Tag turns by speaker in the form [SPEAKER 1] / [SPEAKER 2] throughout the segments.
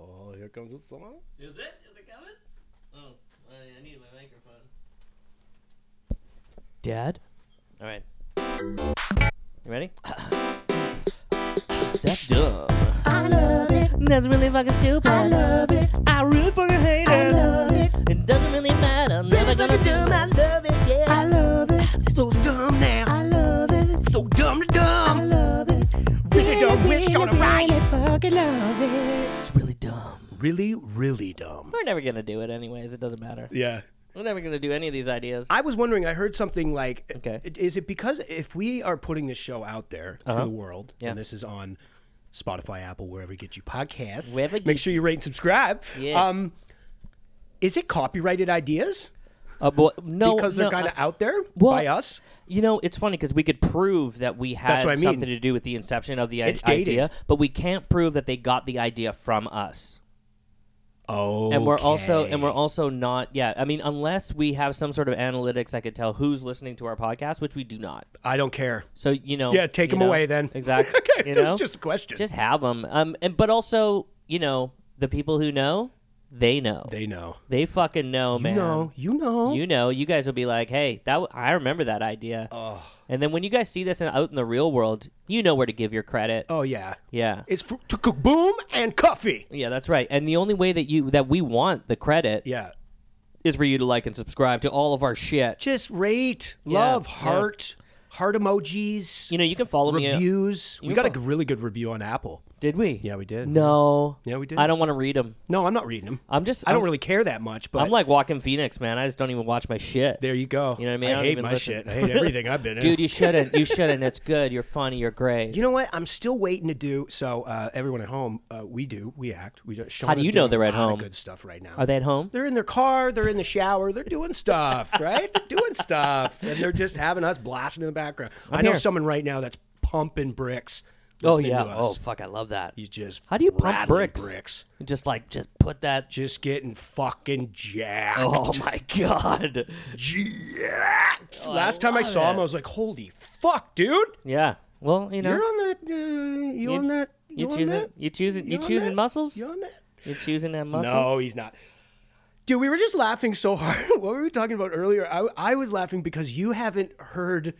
[SPEAKER 1] Oh, comes with someone.
[SPEAKER 2] Is it? Is it coming? Oh, I, I need my microphone.
[SPEAKER 3] Dad?
[SPEAKER 2] All right. You ready?
[SPEAKER 3] That's dumb.
[SPEAKER 4] I love it.
[SPEAKER 3] That's really fucking stupid.
[SPEAKER 4] I love it.
[SPEAKER 3] I root for your haters.
[SPEAKER 4] I love it.
[SPEAKER 3] It doesn't really matter. I'm never gonna do my love it. Yeah.
[SPEAKER 4] I love it.
[SPEAKER 3] so dumb now.
[SPEAKER 4] I love it.
[SPEAKER 3] so dumb to dumb.
[SPEAKER 4] I love it.
[SPEAKER 3] Really dumb, really short and right.
[SPEAKER 4] Really fucking love it.
[SPEAKER 3] It's really dumb.
[SPEAKER 1] Really, really dumb.
[SPEAKER 3] We're never gonna do it anyways. It doesn't matter.
[SPEAKER 1] Yeah.
[SPEAKER 3] We're never gonna do any of these ideas.
[SPEAKER 1] I was wondering. I heard something like,
[SPEAKER 3] Okay.
[SPEAKER 1] "Is it because if we are putting this show out there to the world,
[SPEAKER 3] Uh-huh. Yeah.
[SPEAKER 1] and this is on Spotify, Apple, wherever you get your podcasts,
[SPEAKER 3] Wherever you
[SPEAKER 1] make sure you rate and subscribe.
[SPEAKER 3] Yeah.
[SPEAKER 1] Um, is it copyrighted ideas
[SPEAKER 3] Uh, but no,
[SPEAKER 1] because they're
[SPEAKER 3] no,
[SPEAKER 1] kind of
[SPEAKER 3] I-
[SPEAKER 1] out there
[SPEAKER 3] Well,
[SPEAKER 1] by us?
[SPEAKER 3] You know, it's funny because we could prove that we had
[SPEAKER 1] what I mean.
[SPEAKER 3] something to do with the inception of the i-
[SPEAKER 1] It's dated.
[SPEAKER 3] idea, but we can't prove that they got the idea from us.
[SPEAKER 1] Oh,
[SPEAKER 3] And we're also and we're also not. Yeah, I mean, unless we have some sort of analytics that could tell who's listening to our podcast, which we do not.
[SPEAKER 1] I don't care.
[SPEAKER 3] So you know,
[SPEAKER 1] Yeah, take
[SPEAKER 3] you
[SPEAKER 1] 'em
[SPEAKER 3] know,
[SPEAKER 1] away then.
[SPEAKER 3] Exactly.
[SPEAKER 1] Okay,
[SPEAKER 3] you
[SPEAKER 1] that's
[SPEAKER 3] know?
[SPEAKER 1] just a question.
[SPEAKER 3] Just have them. Um, and but also, you know, the people who know, they know.
[SPEAKER 1] They
[SPEAKER 3] They,
[SPEAKER 1] know.
[SPEAKER 3] fucking know, man.
[SPEAKER 1] You know. You know.
[SPEAKER 3] You know, you guys will be like, "Hey, that w- I remember that idea." And then when you guys see this in, out in the real world, you know where to give your credit.
[SPEAKER 1] oh yeah.
[SPEAKER 3] Yeah.
[SPEAKER 1] It's fr- to cook boom and coffee.
[SPEAKER 3] Yeah, that's right. And the only way that you that we want the credit
[SPEAKER 1] Yeah.
[SPEAKER 3] is for you to like and subscribe to all of our shit.
[SPEAKER 1] Just rate,
[SPEAKER 3] Yeah,
[SPEAKER 1] love,
[SPEAKER 3] yeah.
[SPEAKER 1] heart, heart emojis,
[SPEAKER 3] You know, you can follow me. uh,
[SPEAKER 1] reviews.
[SPEAKER 3] you
[SPEAKER 1] we got a
[SPEAKER 3] fo-
[SPEAKER 1] g- really good review on Apple.
[SPEAKER 3] Did we?
[SPEAKER 1] Yeah, we did.
[SPEAKER 3] No.
[SPEAKER 1] Yeah, we did.
[SPEAKER 3] I don't want to read them.
[SPEAKER 1] No, I'm not reading them.
[SPEAKER 3] I'm just.
[SPEAKER 1] I don't
[SPEAKER 3] I'm-
[SPEAKER 1] really care that much, but
[SPEAKER 3] I'm like walking Phoenix, man. I just don't even watch my shit.
[SPEAKER 1] there you go.
[SPEAKER 3] You know what I mean? I don't
[SPEAKER 1] hate
[SPEAKER 3] even
[SPEAKER 1] my
[SPEAKER 3] listen.
[SPEAKER 1] shit. I hate everything I've been in.
[SPEAKER 3] Dude, you shouldn't. You shouldn't. It's good. You're funny. You're great.
[SPEAKER 1] You know what? I'm still waiting to do. So uh, everyone at home, uh, we do, we act, we do.
[SPEAKER 3] How do
[SPEAKER 1] Shauna's
[SPEAKER 3] you
[SPEAKER 1] doing
[SPEAKER 3] know
[SPEAKER 1] a
[SPEAKER 3] they're at
[SPEAKER 1] lot of
[SPEAKER 3] home?
[SPEAKER 1] Good stuff right now.
[SPEAKER 3] Are they at home?
[SPEAKER 1] They're in their car. They're in the shower. They're doing stuff, right? They're doing stuff, and they're just having us blasting in the background. i know
[SPEAKER 3] here.
[SPEAKER 1] someone right now that's pumping bricks.
[SPEAKER 3] Oh
[SPEAKER 1] listening
[SPEAKER 3] yeah.
[SPEAKER 1] to
[SPEAKER 3] Oh
[SPEAKER 1] us.
[SPEAKER 3] fuck, I love that.
[SPEAKER 1] he's just
[SPEAKER 3] How do you pump
[SPEAKER 1] rattling
[SPEAKER 3] bricks?
[SPEAKER 1] Bricks,
[SPEAKER 3] Just like just put that.
[SPEAKER 1] just getting fucking jacked.
[SPEAKER 3] Oh my god.
[SPEAKER 1] jacked. Last time I
[SPEAKER 3] Oh, love
[SPEAKER 1] saw him,
[SPEAKER 3] it.
[SPEAKER 1] I was like, "Holy fuck, dude!
[SPEAKER 3] Yeah. Well, you know.
[SPEAKER 1] You're on that. Uh, you on that?
[SPEAKER 3] You
[SPEAKER 1] on
[SPEAKER 3] choosing?
[SPEAKER 1] that?
[SPEAKER 3] You choosing? You
[SPEAKER 1] on
[SPEAKER 3] choosing
[SPEAKER 1] that?
[SPEAKER 3] muscles?
[SPEAKER 1] You on that?
[SPEAKER 3] You choosing that muscle?
[SPEAKER 1] No, he's not. Dude, we were just laughing so hard. what were we talking about earlier? I, I was laughing because you haven't heard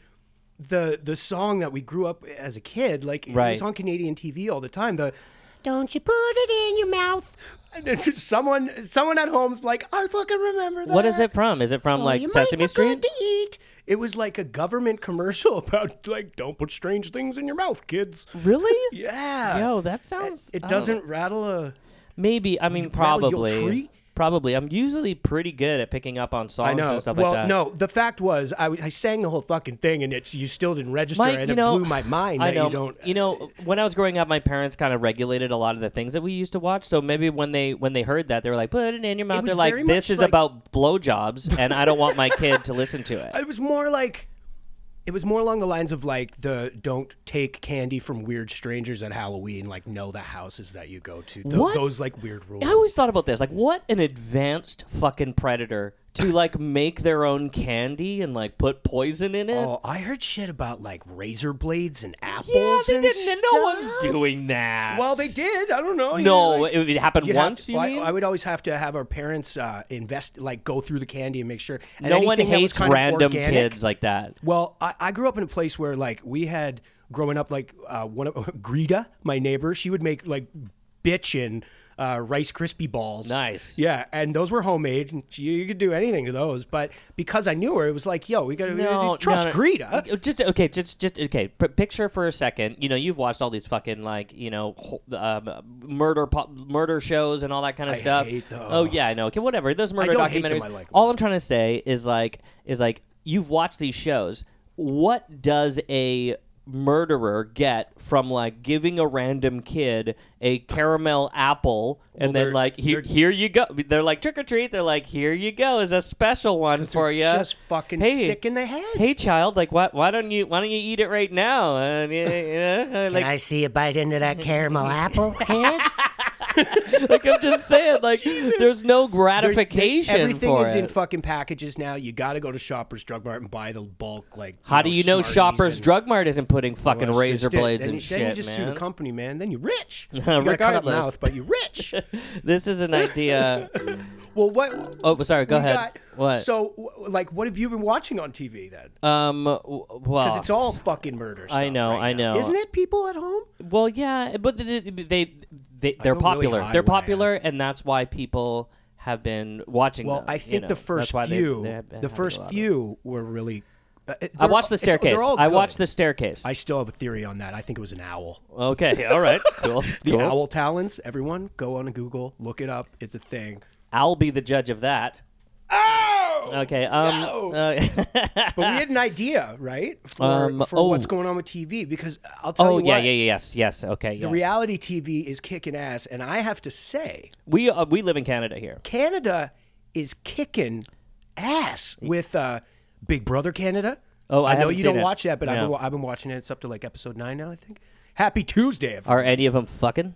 [SPEAKER 1] the the song that we grew up as a kid. Like it
[SPEAKER 3] Right.
[SPEAKER 1] was on Canadian TV all the time. The don't you put it in your mouth. And then just someone someone at home's like, I fucking remember that.
[SPEAKER 3] What is it from? Is it from
[SPEAKER 1] Oh,
[SPEAKER 3] like
[SPEAKER 1] you might
[SPEAKER 3] Sesame
[SPEAKER 1] look good
[SPEAKER 3] Street?
[SPEAKER 1] to eat. It was like a government commercial about like don't put strange things in your mouth, kids.
[SPEAKER 3] Really?
[SPEAKER 1] Yeah.
[SPEAKER 3] Yo, that oh. sounds.
[SPEAKER 1] it
[SPEAKER 3] I don't know.
[SPEAKER 1] doesn't rattle a
[SPEAKER 3] Maybe. I mean,
[SPEAKER 1] rattle your
[SPEAKER 3] probably.
[SPEAKER 1] tree?
[SPEAKER 3] Probably. I'm usually pretty good at picking up on songs
[SPEAKER 1] I know.
[SPEAKER 3] and stuff
[SPEAKER 1] well,
[SPEAKER 3] like that.
[SPEAKER 1] no. The fact was, I, was- I sang the whole fucking thing, and it's you still didn't register,
[SPEAKER 3] My,
[SPEAKER 1] and
[SPEAKER 3] you
[SPEAKER 1] it
[SPEAKER 3] know,
[SPEAKER 1] blew my mind
[SPEAKER 3] I
[SPEAKER 1] that
[SPEAKER 3] know,
[SPEAKER 1] you don't.
[SPEAKER 3] know, when I was growing up, my parents kind of regulated a lot of the things that we used to watch. So maybe when they when they heard that, they were like, "Put it in your mouth."
[SPEAKER 1] was
[SPEAKER 3] They're
[SPEAKER 1] very
[SPEAKER 3] like,
[SPEAKER 1] much
[SPEAKER 3] "This is
[SPEAKER 1] like-
[SPEAKER 3] about blowjobs, and I don't want my kid to listen to it."
[SPEAKER 1] It was more like, it was more along the lines of like the don't take candy from weird strangers at Halloween. Like know the houses that you go to. Tho-
[SPEAKER 3] What?
[SPEAKER 1] Those like weird rules.
[SPEAKER 3] I always thought about this. Like, what an advanced fucking predator to like make their own candy and like put poison in it.
[SPEAKER 1] Oh, I heard shit about like razor blades and apples
[SPEAKER 3] yeah, they
[SPEAKER 1] and
[SPEAKER 3] didn't. No one's
[SPEAKER 1] stuff.
[SPEAKER 3] doing that.
[SPEAKER 1] Well, they did. I don't know.
[SPEAKER 3] no,
[SPEAKER 1] Like,
[SPEAKER 3] it, it happened
[SPEAKER 1] you have
[SPEAKER 3] once.
[SPEAKER 1] to-
[SPEAKER 3] you
[SPEAKER 1] I,
[SPEAKER 3] mean?
[SPEAKER 1] I would always have to have our parents uh, invest, like, go through the candy and make sure. And
[SPEAKER 3] no one
[SPEAKER 1] anything that was
[SPEAKER 3] hates
[SPEAKER 1] kind of
[SPEAKER 3] random
[SPEAKER 1] organic-
[SPEAKER 3] kids like that.
[SPEAKER 1] Well, I, I grew up in a place where like we had growing up like uh, one of Greta, my neighbor, she would make like bitchin' uh, Rice Krispie balls.
[SPEAKER 3] Nice.
[SPEAKER 1] Yeah, and those were homemade. And you, you could do anything to those, but because I knew her, it was like, yo, we gotta we gotta
[SPEAKER 3] No,
[SPEAKER 1] trust
[SPEAKER 3] no, no.
[SPEAKER 1] Greta.
[SPEAKER 3] Uh, Just okay, just just okay. P- picture for a second. You know, you've watched all these fucking like you know ho- um, murder po- murder shows and all that kind of
[SPEAKER 1] I
[SPEAKER 3] stuff.
[SPEAKER 1] hate the-
[SPEAKER 3] Oh yeah, I know. Okay, whatever. Those murder
[SPEAKER 1] don't hate them,
[SPEAKER 3] documentaries.
[SPEAKER 1] I like them.
[SPEAKER 3] all I'm trying to say is like is like you've watched these shows. What does a murderer get from like giving a random kid a caramel apple and
[SPEAKER 1] Well,
[SPEAKER 3] then
[SPEAKER 1] they're-
[SPEAKER 3] like here
[SPEAKER 1] they're-
[SPEAKER 3] here you go they're like trick or treat they're like here you go is a special one for you
[SPEAKER 1] Just fucking
[SPEAKER 3] Hey,
[SPEAKER 1] sick in the head.
[SPEAKER 3] hey child like why, why don't you why don't you eat it right now and you, you know, like
[SPEAKER 1] see a bite into that caramel apple, kid?
[SPEAKER 3] like I'm just saying, like there's
[SPEAKER 1] They're-
[SPEAKER 3] no
[SPEAKER 1] they-
[SPEAKER 3] gratification
[SPEAKER 1] Everything
[SPEAKER 3] for
[SPEAKER 1] is
[SPEAKER 3] it.
[SPEAKER 1] in fucking packages now. You got to go to Shoppers Drug Mart and buy the bulk. Like,
[SPEAKER 3] How do you know
[SPEAKER 1] Smarties
[SPEAKER 3] Shoppers
[SPEAKER 1] and-
[SPEAKER 3] Drug Mart isn't putting fucking
[SPEAKER 1] Well, that's
[SPEAKER 3] razor
[SPEAKER 1] just it.
[SPEAKER 3] blades
[SPEAKER 1] then,
[SPEAKER 3] and
[SPEAKER 1] you-
[SPEAKER 3] shit,
[SPEAKER 1] Then you just
[SPEAKER 3] man?
[SPEAKER 1] sue the company, man. Then you're rich. You gotta cut up
[SPEAKER 3] Regardless.
[SPEAKER 1] mouth, but you're rich.
[SPEAKER 3] this is an idea.
[SPEAKER 1] well, what?
[SPEAKER 3] oh, sorry. Go
[SPEAKER 1] we
[SPEAKER 3] ahead.
[SPEAKER 1] got-
[SPEAKER 3] what?
[SPEAKER 1] So, w- like, what have you been watching on TV then?
[SPEAKER 3] um. w- Well,
[SPEAKER 1] Because it's all fucking murder. Stuff
[SPEAKER 3] Oh. I know,
[SPEAKER 1] right
[SPEAKER 3] I
[SPEAKER 1] now.
[SPEAKER 3] know.
[SPEAKER 1] Isn't it? People at home.
[SPEAKER 3] Well, yeah, but they they, they they're
[SPEAKER 1] go really
[SPEAKER 3] popular.
[SPEAKER 1] high
[SPEAKER 3] they're
[SPEAKER 1] when I
[SPEAKER 3] popular,
[SPEAKER 1] ask.
[SPEAKER 3] and that's why people have been watching.
[SPEAKER 1] Well,
[SPEAKER 3] them,
[SPEAKER 1] I
[SPEAKER 3] you
[SPEAKER 1] think
[SPEAKER 3] know.
[SPEAKER 1] the
[SPEAKER 3] That's
[SPEAKER 1] first
[SPEAKER 3] why they-
[SPEAKER 1] few,
[SPEAKER 3] they have been
[SPEAKER 1] the
[SPEAKER 3] having a
[SPEAKER 1] first
[SPEAKER 3] lot of-
[SPEAKER 1] few were really. uh, uh,
[SPEAKER 3] I
[SPEAKER 1] they're
[SPEAKER 3] watched
[SPEAKER 1] all-
[SPEAKER 3] the
[SPEAKER 1] it's- they're
[SPEAKER 3] staircase.
[SPEAKER 1] all
[SPEAKER 3] I
[SPEAKER 1] good.
[SPEAKER 3] watched the staircase.
[SPEAKER 1] I still have a theory on that. I think it was an owl.
[SPEAKER 3] okay, all right, cool.
[SPEAKER 1] The
[SPEAKER 3] cool.
[SPEAKER 1] owl talons. Everyone, go on Google, look it up. It's a thing.
[SPEAKER 3] I'll be the judge of that.
[SPEAKER 1] Oh,
[SPEAKER 3] Okay. Um.
[SPEAKER 1] No!
[SPEAKER 3] uh,
[SPEAKER 1] but we had an idea, right, for,
[SPEAKER 3] Um,
[SPEAKER 1] for
[SPEAKER 3] oh.
[SPEAKER 1] what's going on with TV? Because I'll tell
[SPEAKER 3] oh
[SPEAKER 1] you
[SPEAKER 3] yeah,
[SPEAKER 1] what,
[SPEAKER 3] yeah, yeah, yes, yes. Okay.
[SPEAKER 1] the
[SPEAKER 3] yes.
[SPEAKER 1] reality TV is kicking ass, and I have to say,
[SPEAKER 3] we uh, we live in Canada here.
[SPEAKER 1] Canada is kicking ass with uh, Big Brother Canada.
[SPEAKER 3] Oh, I
[SPEAKER 1] know
[SPEAKER 3] haven't
[SPEAKER 1] you
[SPEAKER 3] seen
[SPEAKER 1] don't
[SPEAKER 3] it.
[SPEAKER 1] watch that, but I've, been,
[SPEAKER 3] No.
[SPEAKER 1] wa- I've been watching it. It's up to like episode nine now, I think. Happy Tuesday, everyone.
[SPEAKER 3] Are any of them fucking?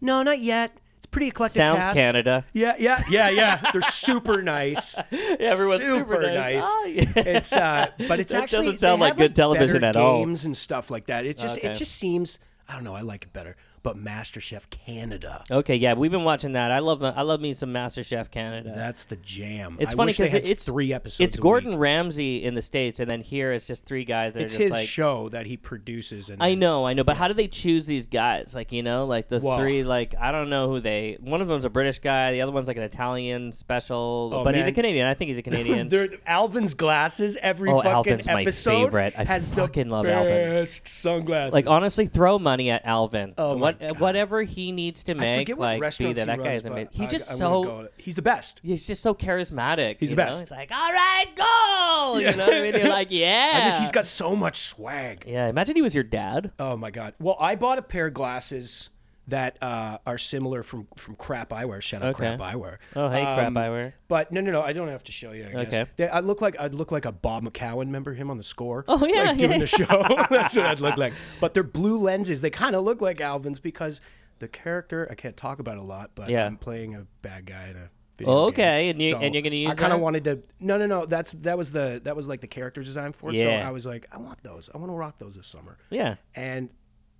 [SPEAKER 1] No, not yet. It's pretty eclectic.
[SPEAKER 3] Sounds
[SPEAKER 1] cast.
[SPEAKER 3] Canada.
[SPEAKER 1] Yeah, yeah, yeah, yeah. They're super nice.
[SPEAKER 3] everyone's super nice. Ah, yeah.
[SPEAKER 1] It's uh, but it's
[SPEAKER 3] That
[SPEAKER 1] actually
[SPEAKER 3] doesn't sound
[SPEAKER 1] they
[SPEAKER 3] like
[SPEAKER 1] have, like
[SPEAKER 3] good television
[SPEAKER 1] better
[SPEAKER 3] at all.
[SPEAKER 1] Games and stuff like that. It just
[SPEAKER 3] Okay.
[SPEAKER 1] it just seems I don't know. I like it better. But MasterChef Canada,
[SPEAKER 3] Okay. Yeah, we've been watching that. I love I love me some MasterChef Canada.
[SPEAKER 1] that's the jam.
[SPEAKER 3] It's
[SPEAKER 1] I
[SPEAKER 3] funny
[SPEAKER 1] wish they
[SPEAKER 3] because
[SPEAKER 1] had
[SPEAKER 3] it's
[SPEAKER 1] three episodes.
[SPEAKER 3] It's
[SPEAKER 1] a
[SPEAKER 3] Gordon
[SPEAKER 1] week.
[SPEAKER 3] Ramsay in the states, and then here it's just three guys that
[SPEAKER 1] It's
[SPEAKER 3] are just
[SPEAKER 1] his
[SPEAKER 3] like.
[SPEAKER 1] show that he produces, and
[SPEAKER 3] I know, I know, but how do they choose these guys? Like you know, like the
[SPEAKER 1] Well-
[SPEAKER 3] three. Like I don't know who they. One of them's a British guy. The other one's like an Italian special,
[SPEAKER 1] Oh,
[SPEAKER 3] but he's a
[SPEAKER 1] man.
[SPEAKER 3] Canadian. I think he's a Canadian.
[SPEAKER 1] They're, Alvin's glasses every
[SPEAKER 3] Oh,
[SPEAKER 1] fucking
[SPEAKER 3] Alvin's my
[SPEAKER 1] episode
[SPEAKER 3] favorite. I
[SPEAKER 1] has
[SPEAKER 3] fucking
[SPEAKER 1] the
[SPEAKER 3] love Alvin.
[SPEAKER 1] best sunglasses.
[SPEAKER 3] like honestly, throw money at Alvin.
[SPEAKER 1] Oh, my
[SPEAKER 3] what
[SPEAKER 1] God.
[SPEAKER 3] whatever he needs to make,
[SPEAKER 1] forget what
[SPEAKER 3] like be
[SPEAKER 1] restaurants
[SPEAKER 3] there.
[SPEAKER 1] he
[SPEAKER 3] That guy
[SPEAKER 1] runs,
[SPEAKER 3] is
[SPEAKER 1] but
[SPEAKER 3] amazing. He's
[SPEAKER 1] I-
[SPEAKER 3] just
[SPEAKER 1] I wouldn't
[SPEAKER 3] so
[SPEAKER 1] go- he's the best.
[SPEAKER 3] he's just so charismatic.
[SPEAKER 1] He's the
[SPEAKER 3] you know?
[SPEAKER 1] best.
[SPEAKER 3] He's like, all right, go. You know what I mean? You're like, yeah.
[SPEAKER 1] Because he's got so much swag.
[SPEAKER 3] yeah. Imagine he was your dad.
[SPEAKER 1] Oh my god. Well, I bought a pair of glasses that uh, are similar from from Crap Eyewear. Shout out
[SPEAKER 3] Okay.
[SPEAKER 1] Crap Eyewear.
[SPEAKER 3] Oh, hey, Crap
[SPEAKER 1] Um,
[SPEAKER 3] Eyewear.
[SPEAKER 1] But no, no, no. I don't have to show you. I guess.
[SPEAKER 3] Okay.
[SPEAKER 1] They, I look like I look like a Bob McCowan. Remember him on the score?
[SPEAKER 3] Oh, yeah,
[SPEAKER 1] Like, doing
[SPEAKER 3] yeah.
[SPEAKER 1] the show. That's what I'd look like. But they're blue lenses. They kind of look like Alvin's because the character I can't talk about a lot, but
[SPEAKER 3] Yeah. Oh,
[SPEAKER 1] I'm playing a bad guy in a. video game.
[SPEAKER 3] Okay, and you- and you're gonna
[SPEAKER 1] I
[SPEAKER 3] use
[SPEAKER 1] kind of
[SPEAKER 3] that?
[SPEAKER 1] wanted to. No, no, no. That's that was the that was like the character design for. it. So
[SPEAKER 3] Yeah.
[SPEAKER 1] I was like, I want those. I want to rock those this summer
[SPEAKER 3] Yeah.
[SPEAKER 1] and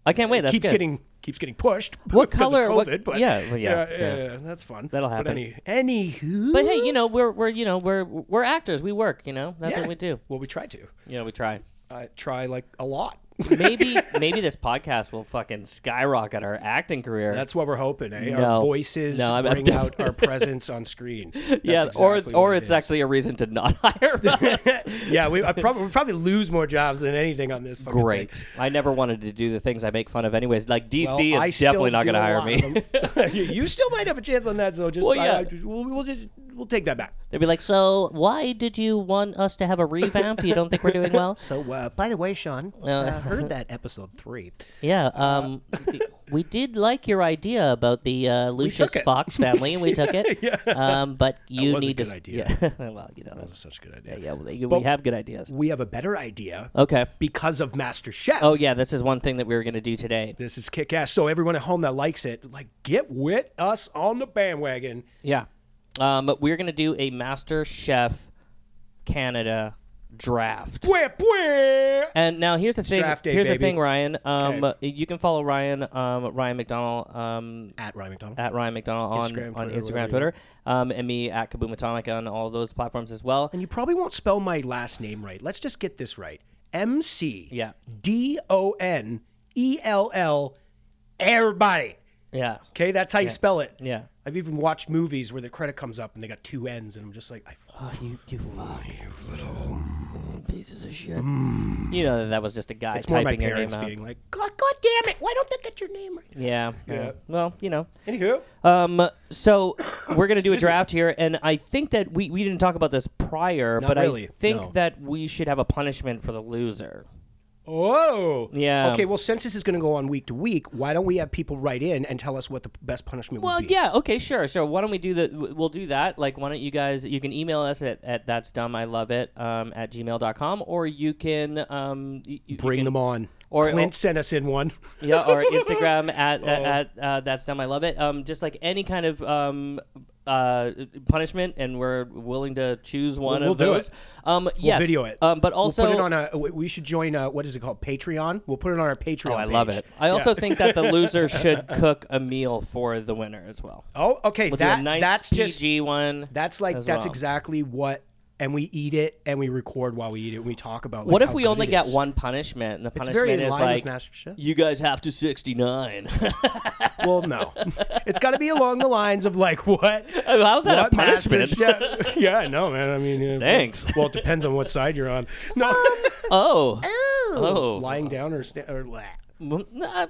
[SPEAKER 3] I can't wait.
[SPEAKER 1] it
[SPEAKER 3] That's
[SPEAKER 1] keeps
[SPEAKER 3] good.
[SPEAKER 1] getting keeps getting pushed.
[SPEAKER 3] What
[SPEAKER 1] because
[SPEAKER 3] color-
[SPEAKER 1] Of COVID,
[SPEAKER 3] what-
[SPEAKER 1] but
[SPEAKER 3] yeah, well, yeah,
[SPEAKER 1] yeah,
[SPEAKER 3] yeah.
[SPEAKER 1] yeah, that's fun.
[SPEAKER 3] That'll
[SPEAKER 1] But
[SPEAKER 3] happen.
[SPEAKER 1] any, anywho,
[SPEAKER 3] But hey, you know, we're we're you know we're we're actors. We work. You know, that's
[SPEAKER 1] yeah.
[SPEAKER 3] what we do.
[SPEAKER 1] Well, we try to
[SPEAKER 3] You know, we try.
[SPEAKER 1] uh, try like a lot.
[SPEAKER 3] Maybe maybe this podcast will fucking skyrocket our acting career.
[SPEAKER 1] That's what we're hoping. Eh?
[SPEAKER 3] No.
[SPEAKER 1] Our voices
[SPEAKER 3] No, I'm- I'm
[SPEAKER 1] bring out our presence on screen. That's
[SPEAKER 3] yeah,
[SPEAKER 1] exactly
[SPEAKER 3] or or
[SPEAKER 1] what it
[SPEAKER 3] it's
[SPEAKER 1] is.
[SPEAKER 3] actually a reason to not hire. us.
[SPEAKER 1] yeah. We I prob- we probably lose more jobs than anything on this. fucking thing.
[SPEAKER 3] Great. I never wanted to do the things I make fun of, anyways. Like DC
[SPEAKER 1] Well,
[SPEAKER 3] is
[SPEAKER 1] I still
[SPEAKER 3] definitely not
[SPEAKER 1] do
[SPEAKER 3] going to
[SPEAKER 1] a
[SPEAKER 3] hire
[SPEAKER 1] lot
[SPEAKER 3] me.
[SPEAKER 1] of them. you, you still might have a chance on that. So just
[SPEAKER 3] Well,
[SPEAKER 1] I-
[SPEAKER 3] yeah.
[SPEAKER 1] I- we'll, we'll just we'll take that back.
[SPEAKER 3] They'd be like, "So why did you want us to have a revamp? You don't think we're doing well?"
[SPEAKER 1] So, uh, by the way, Sean, I uh, heard that episode three.
[SPEAKER 3] Yeah, um, we did like your idea about the uh, Lucius
[SPEAKER 1] took it.
[SPEAKER 3] Fox family, and we took it. um, but you
[SPEAKER 1] was a
[SPEAKER 3] need
[SPEAKER 1] good
[SPEAKER 3] to.
[SPEAKER 1] idea.
[SPEAKER 3] Yeah, well, you know, that's,
[SPEAKER 1] Such a good idea.
[SPEAKER 3] yeah, yeah, well, you- we have good ideas.
[SPEAKER 1] we have a better idea
[SPEAKER 3] Okay.
[SPEAKER 1] because of Master Chef.
[SPEAKER 3] Oh yeah, this is one thing that we were gonna do today.
[SPEAKER 1] This is kick ass. So everyone at home that likes it, like get with us on the bandwagon.
[SPEAKER 3] Yeah, um, but we're gonna do a Master Chef Canada draft.
[SPEAKER 1] Bwah, bwah.
[SPEAKER 3] And now here's the thing.
[SPEAKER 1] draft day,
[SPEAKER 3] here's the
[SPEAKER 1] baby.
[SPEAKER 3] thing, Ryan. Um,
[SPEAKER 1] Okay.
[SPEAKER 3] you can follow Ryan, um, Ryan McDonald, um,
[SPEAKER 1] At Ryan McDonald.
[SPEAKER 3] at Ryan McDonald on
[SPEAKER 1] Instagram,
[SPEAKER 3] on
[SPEAKER 1] Twitter,
[SPEAKER 3] Instagram,
[SPEAKER 1] whatever
[SPEAKER 3] Twitter, um, and me at Kaboom Atomic on all those platforms as well.
[SPEAKER 1] and you probably won't spell my last name right. Let's just get this right. M C
[SPEAKER 3] Yeah.
[SPEAKER 1] D O N E L L everybody.
[SPEAKER 3] Yeah.
[SPEAKER 1] Okay, that's how you spell it.
[SPEAKER 3] Yeah.
[SPEAKER 1] I've even watched movies where the credit comes up and they got two N's, and I'm just like, I fucking
[SPEAKER 3] You, you fuck. pieces of shit. You know that that was just a guy
[SPEAKER 1] it's more my
[SPEAKER 3] typing your name
[SPEAKER 1] parents
[SPEAKER 3] out.
[SPEAKER 1] being like, God, God damn it, why don't they get your name right?
[SPEAKER 3] Yeah, yeah.
[SPEAKER 1] Yeah.
[SPEAKER 3] Well, you know.
[SPEAKER 1] Anywho,
[SPEAKER 3] Um. So we're gonna do a draft here, and I think that we we didn't talk about this prior, but I
[SPEAKER 1] really,
[SPEAKER 3] think
[SPEAKER 1] no.
[SPEAKER 3] that we should have a punishment for the loser.
[SPEAKER 1] Oh.
[SPEAKER 3] Yeah.
[SPEAKER 1] Okay, well, since this is going to go on week to week, why don't we have people write in and tell us what the best punishment
[SPEAKER 3] Well,
[SPEAKER 1] would be?
[SPEAKER 3] Uh, yeah, okay, sure. So why don't we do the? w- We'll do that. Like, why don't you guys? You can email us at, at that's dumb I love it um, at gmail.com, or you can um, y- you,
[SPEAKER 1] Bring
[SPEAKER 3] you can,
[SPEAKER 1] them on.
[SPEAKER 3] or oh.
[SPEAKER 1] Clint sent us in one.
[SPEAKER 3] yeah, or Instagram at
[SPEAKER 1] Oh.
[SPEAKER 3] at, at uh, that's dumb. I love it. Um, just like any kind of um, uh, punishment, and we're willing to choose one
[SPEAKER 1] We'll
[SPEAKER 3] of
[SPEAKER 1] do
[SPEAKER 3] those.
[SPEAKER 1] it.
[SPEAKER 3] Um, yes,
[SPEAKER 1] video it.
[SPEAKER 3] Um, but also
[SPEAKER 1] we'll put it on a. we- We should join. A, what is it called? Patreon. We'll put it on our Patreon.
[SPEAKER 3] Oh, I love
[SPEAKER 1] page.
[SPEAKER 3] it. I also think that the loser should cook a meal for the winner as well.
[SPEAKER 1] Oh, okay.
[SPEAKER 3] We'll
[SPEAKER 1] that
[SPEAKER 3] do a nice
[SPEAKER 1] that's just
[SPEAKER 3] PG one.
[SPEAKER 1] that's like
[SPEAKER 3] as
[SPEAKER 1] that's
[SPEAKER 3] well.
[SPEAKER 1] exactly what. And we eat it, and we record while we eat it. and We talk about. Like,
[SPEAKER 3] What if
[SPEAKER 1] how
[SPEAKER 3] we
[SPEAKER 1] good
[SPEAKER 3] only
[SPEAKER 1] it
[SPEAKER 3] get
[SPEAKER 1] is.
[SPEAKER 3] one punishment, and the
[SPEAKER 1] It's
[SPEAKER 3] punishment
[SPEAKER 1] very in
[SPEAKER 3] is
[SPEAKER 1] line
[SPEAKER 3] like
[SPEAKER 1] with MasterChef.
[SPEAKER 3] you guys have to sixty nine?
[SPEAKER 1] Well, no, it's got to be along the lines of like what?
[SPEAKER 3] How's that
[SPEAKER 1] what
[SPEAKER 3] a punishment?
[SPEAKER 1] MasterChef? yeah, I know, man. I mean, yeah,
[SPEAKER 3] Thanks.
[SPEAKER 1] Well, it depends on what side you're on. No,
[SPEAKER 3] oh, oh,
[SPEAKER 1] lying down or sta- or. Blah.
[SPEAKER 3] Mm, uh,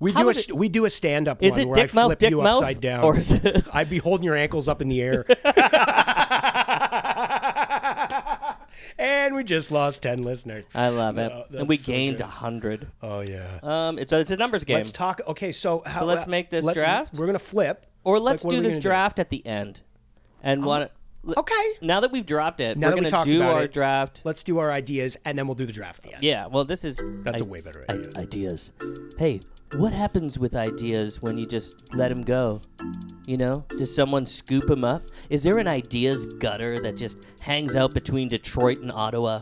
[SPEAKER 1] We
[SPEAKER 3] how
[SPEAKER 1] do a
[SPEAKER 3] would it-
[SPEAKER 1] st- we do a stand up
[SPEAKER 3] Is
[SPEAKER 1] one
[SPEAKER 3] it
[SPEAKER 1] where I
[SPEAKER 3] dick mouth,
[SPEAKER 1] flip
[SPEAKER 3] dick
[SPEAKER 1] you
[SPEAKER 3] mouth,
[SPEAKER 1] upside down,
[SPEAKER 3] or is it-
[SPEAKER 1] I'd be holding your ankles up in the air. and we just lost ten listeners.
[SPEAKER 3] I love it.
[SPEAKER 1] No,
[SPEAKER 3] and we
[SPEAKER 1] that's so
[SPEAKER 3] gained
[SPEAKER 1] good.
[SPEAKER 3] a hundred.
[SPEAKER 1] oh yeah.
[SPEAKER 3] Um, it's a, it's a numbers game,
[SPEAKER 1] Let's talk. Okay, so how, uh,
[SPEAKER 3] let's make this draft?
[SPEAKER 1] We're gonna flip,
[SPEAKER 3] or let's
[SPEAKER 1] what are
[SPEAKER 3] do
[SPEAKER 1] we
[SPEAKER 3] this
[SPEAKER 1] gonna
[SPEAKER 3] draft at the end, and want
[SPEAKER 1] Um, Okay,
[SPEAKER 3] now that we've dropped it,
[SPEAKER 1] Now
[SPEAKER 3] we're
[SPEAKER 1] that we
[SPEAKER 3] gonna
[SPEAKER 1] talked
[SPEAKER 3] do
[SPEAKER 1] about
[SPEAKER 3] our
[SPEAKER 1] it,
[SPEAKER 3] draft.
[SPEAKER 1] let's do our ideas, and then we'll do the draft. At the end.
[SPEAKER 3] Yeah, well, this is
[SPEAKER 1] That's a way better idea.
[SPEAKER 3] i- ideas. Hey, what happens with ideas when you just let them go? You know, does someone scoop them up? Is there an ideas gutter that just hangs out between Detroit and Ottawa?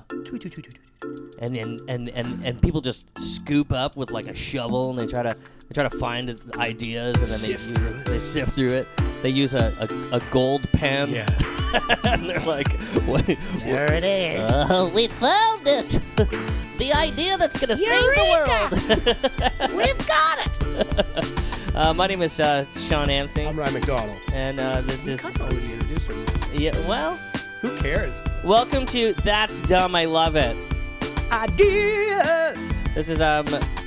[SPEAKER 3] And then and, and, and people just scoop up with like a shovel and they try to they try to find ideas and then
[SPEAKER 1] Sift
[SPEAKER 3] they use,
[SPEAKER 1] through it.
[SPEAKER 3] they sift through it. They use a, a, a gold pen
[SPEAKER 1] Yeah.
[SPEAKER 3] and they're like, what,
[SPEAKER 1] There it is.
[SPEAKER 3] uh, we found it! the idea that's gonna save the world!
[SPEAKER 5] We've got it.
[SPEAKER 3] uh, my name is uh, Sean Amsing,
[SPEAKER 1] I'm Ryan McDonald.
[SPEAKER 3] and uh, this is.
[SPEAKER 1] Cut already introduced ourselves.
[SPEAKER 3] Yeah, well,
[SPEAKER 1] Who cares?
[SPEAKER 3] welcome to That's Dumb, I Love It.
[SPEAKER 1] Ideas.
[SPEAKER 3] This is um,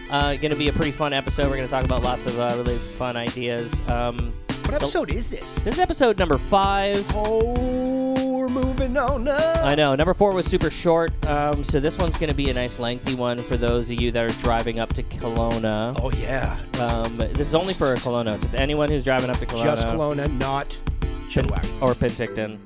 [SPEAKER 3] uh, gonna be a pretty fun episode. We're gonna talk about lots of uh, really fun ideas. Um,
[SPEAKER 1] What episode is this?
[SPEAKER 3] this is episode number five.
[SPEAKER 1] Oh, we're moving on up.
[SPEAKER 3] I know. Number four was super short, um, so this one's going to be a nice lengthy one for those of you that are driving up to Kelowna.
[SPEAKER 1] Oh yeah,
[SPEAKER 3] Um, this is only for Kelowna. Just anyone who's driving up to Kelowna.
[SPEAKER 1] just Kelowna, not Chilliwack.
[SPEAKER 3] or Penticton.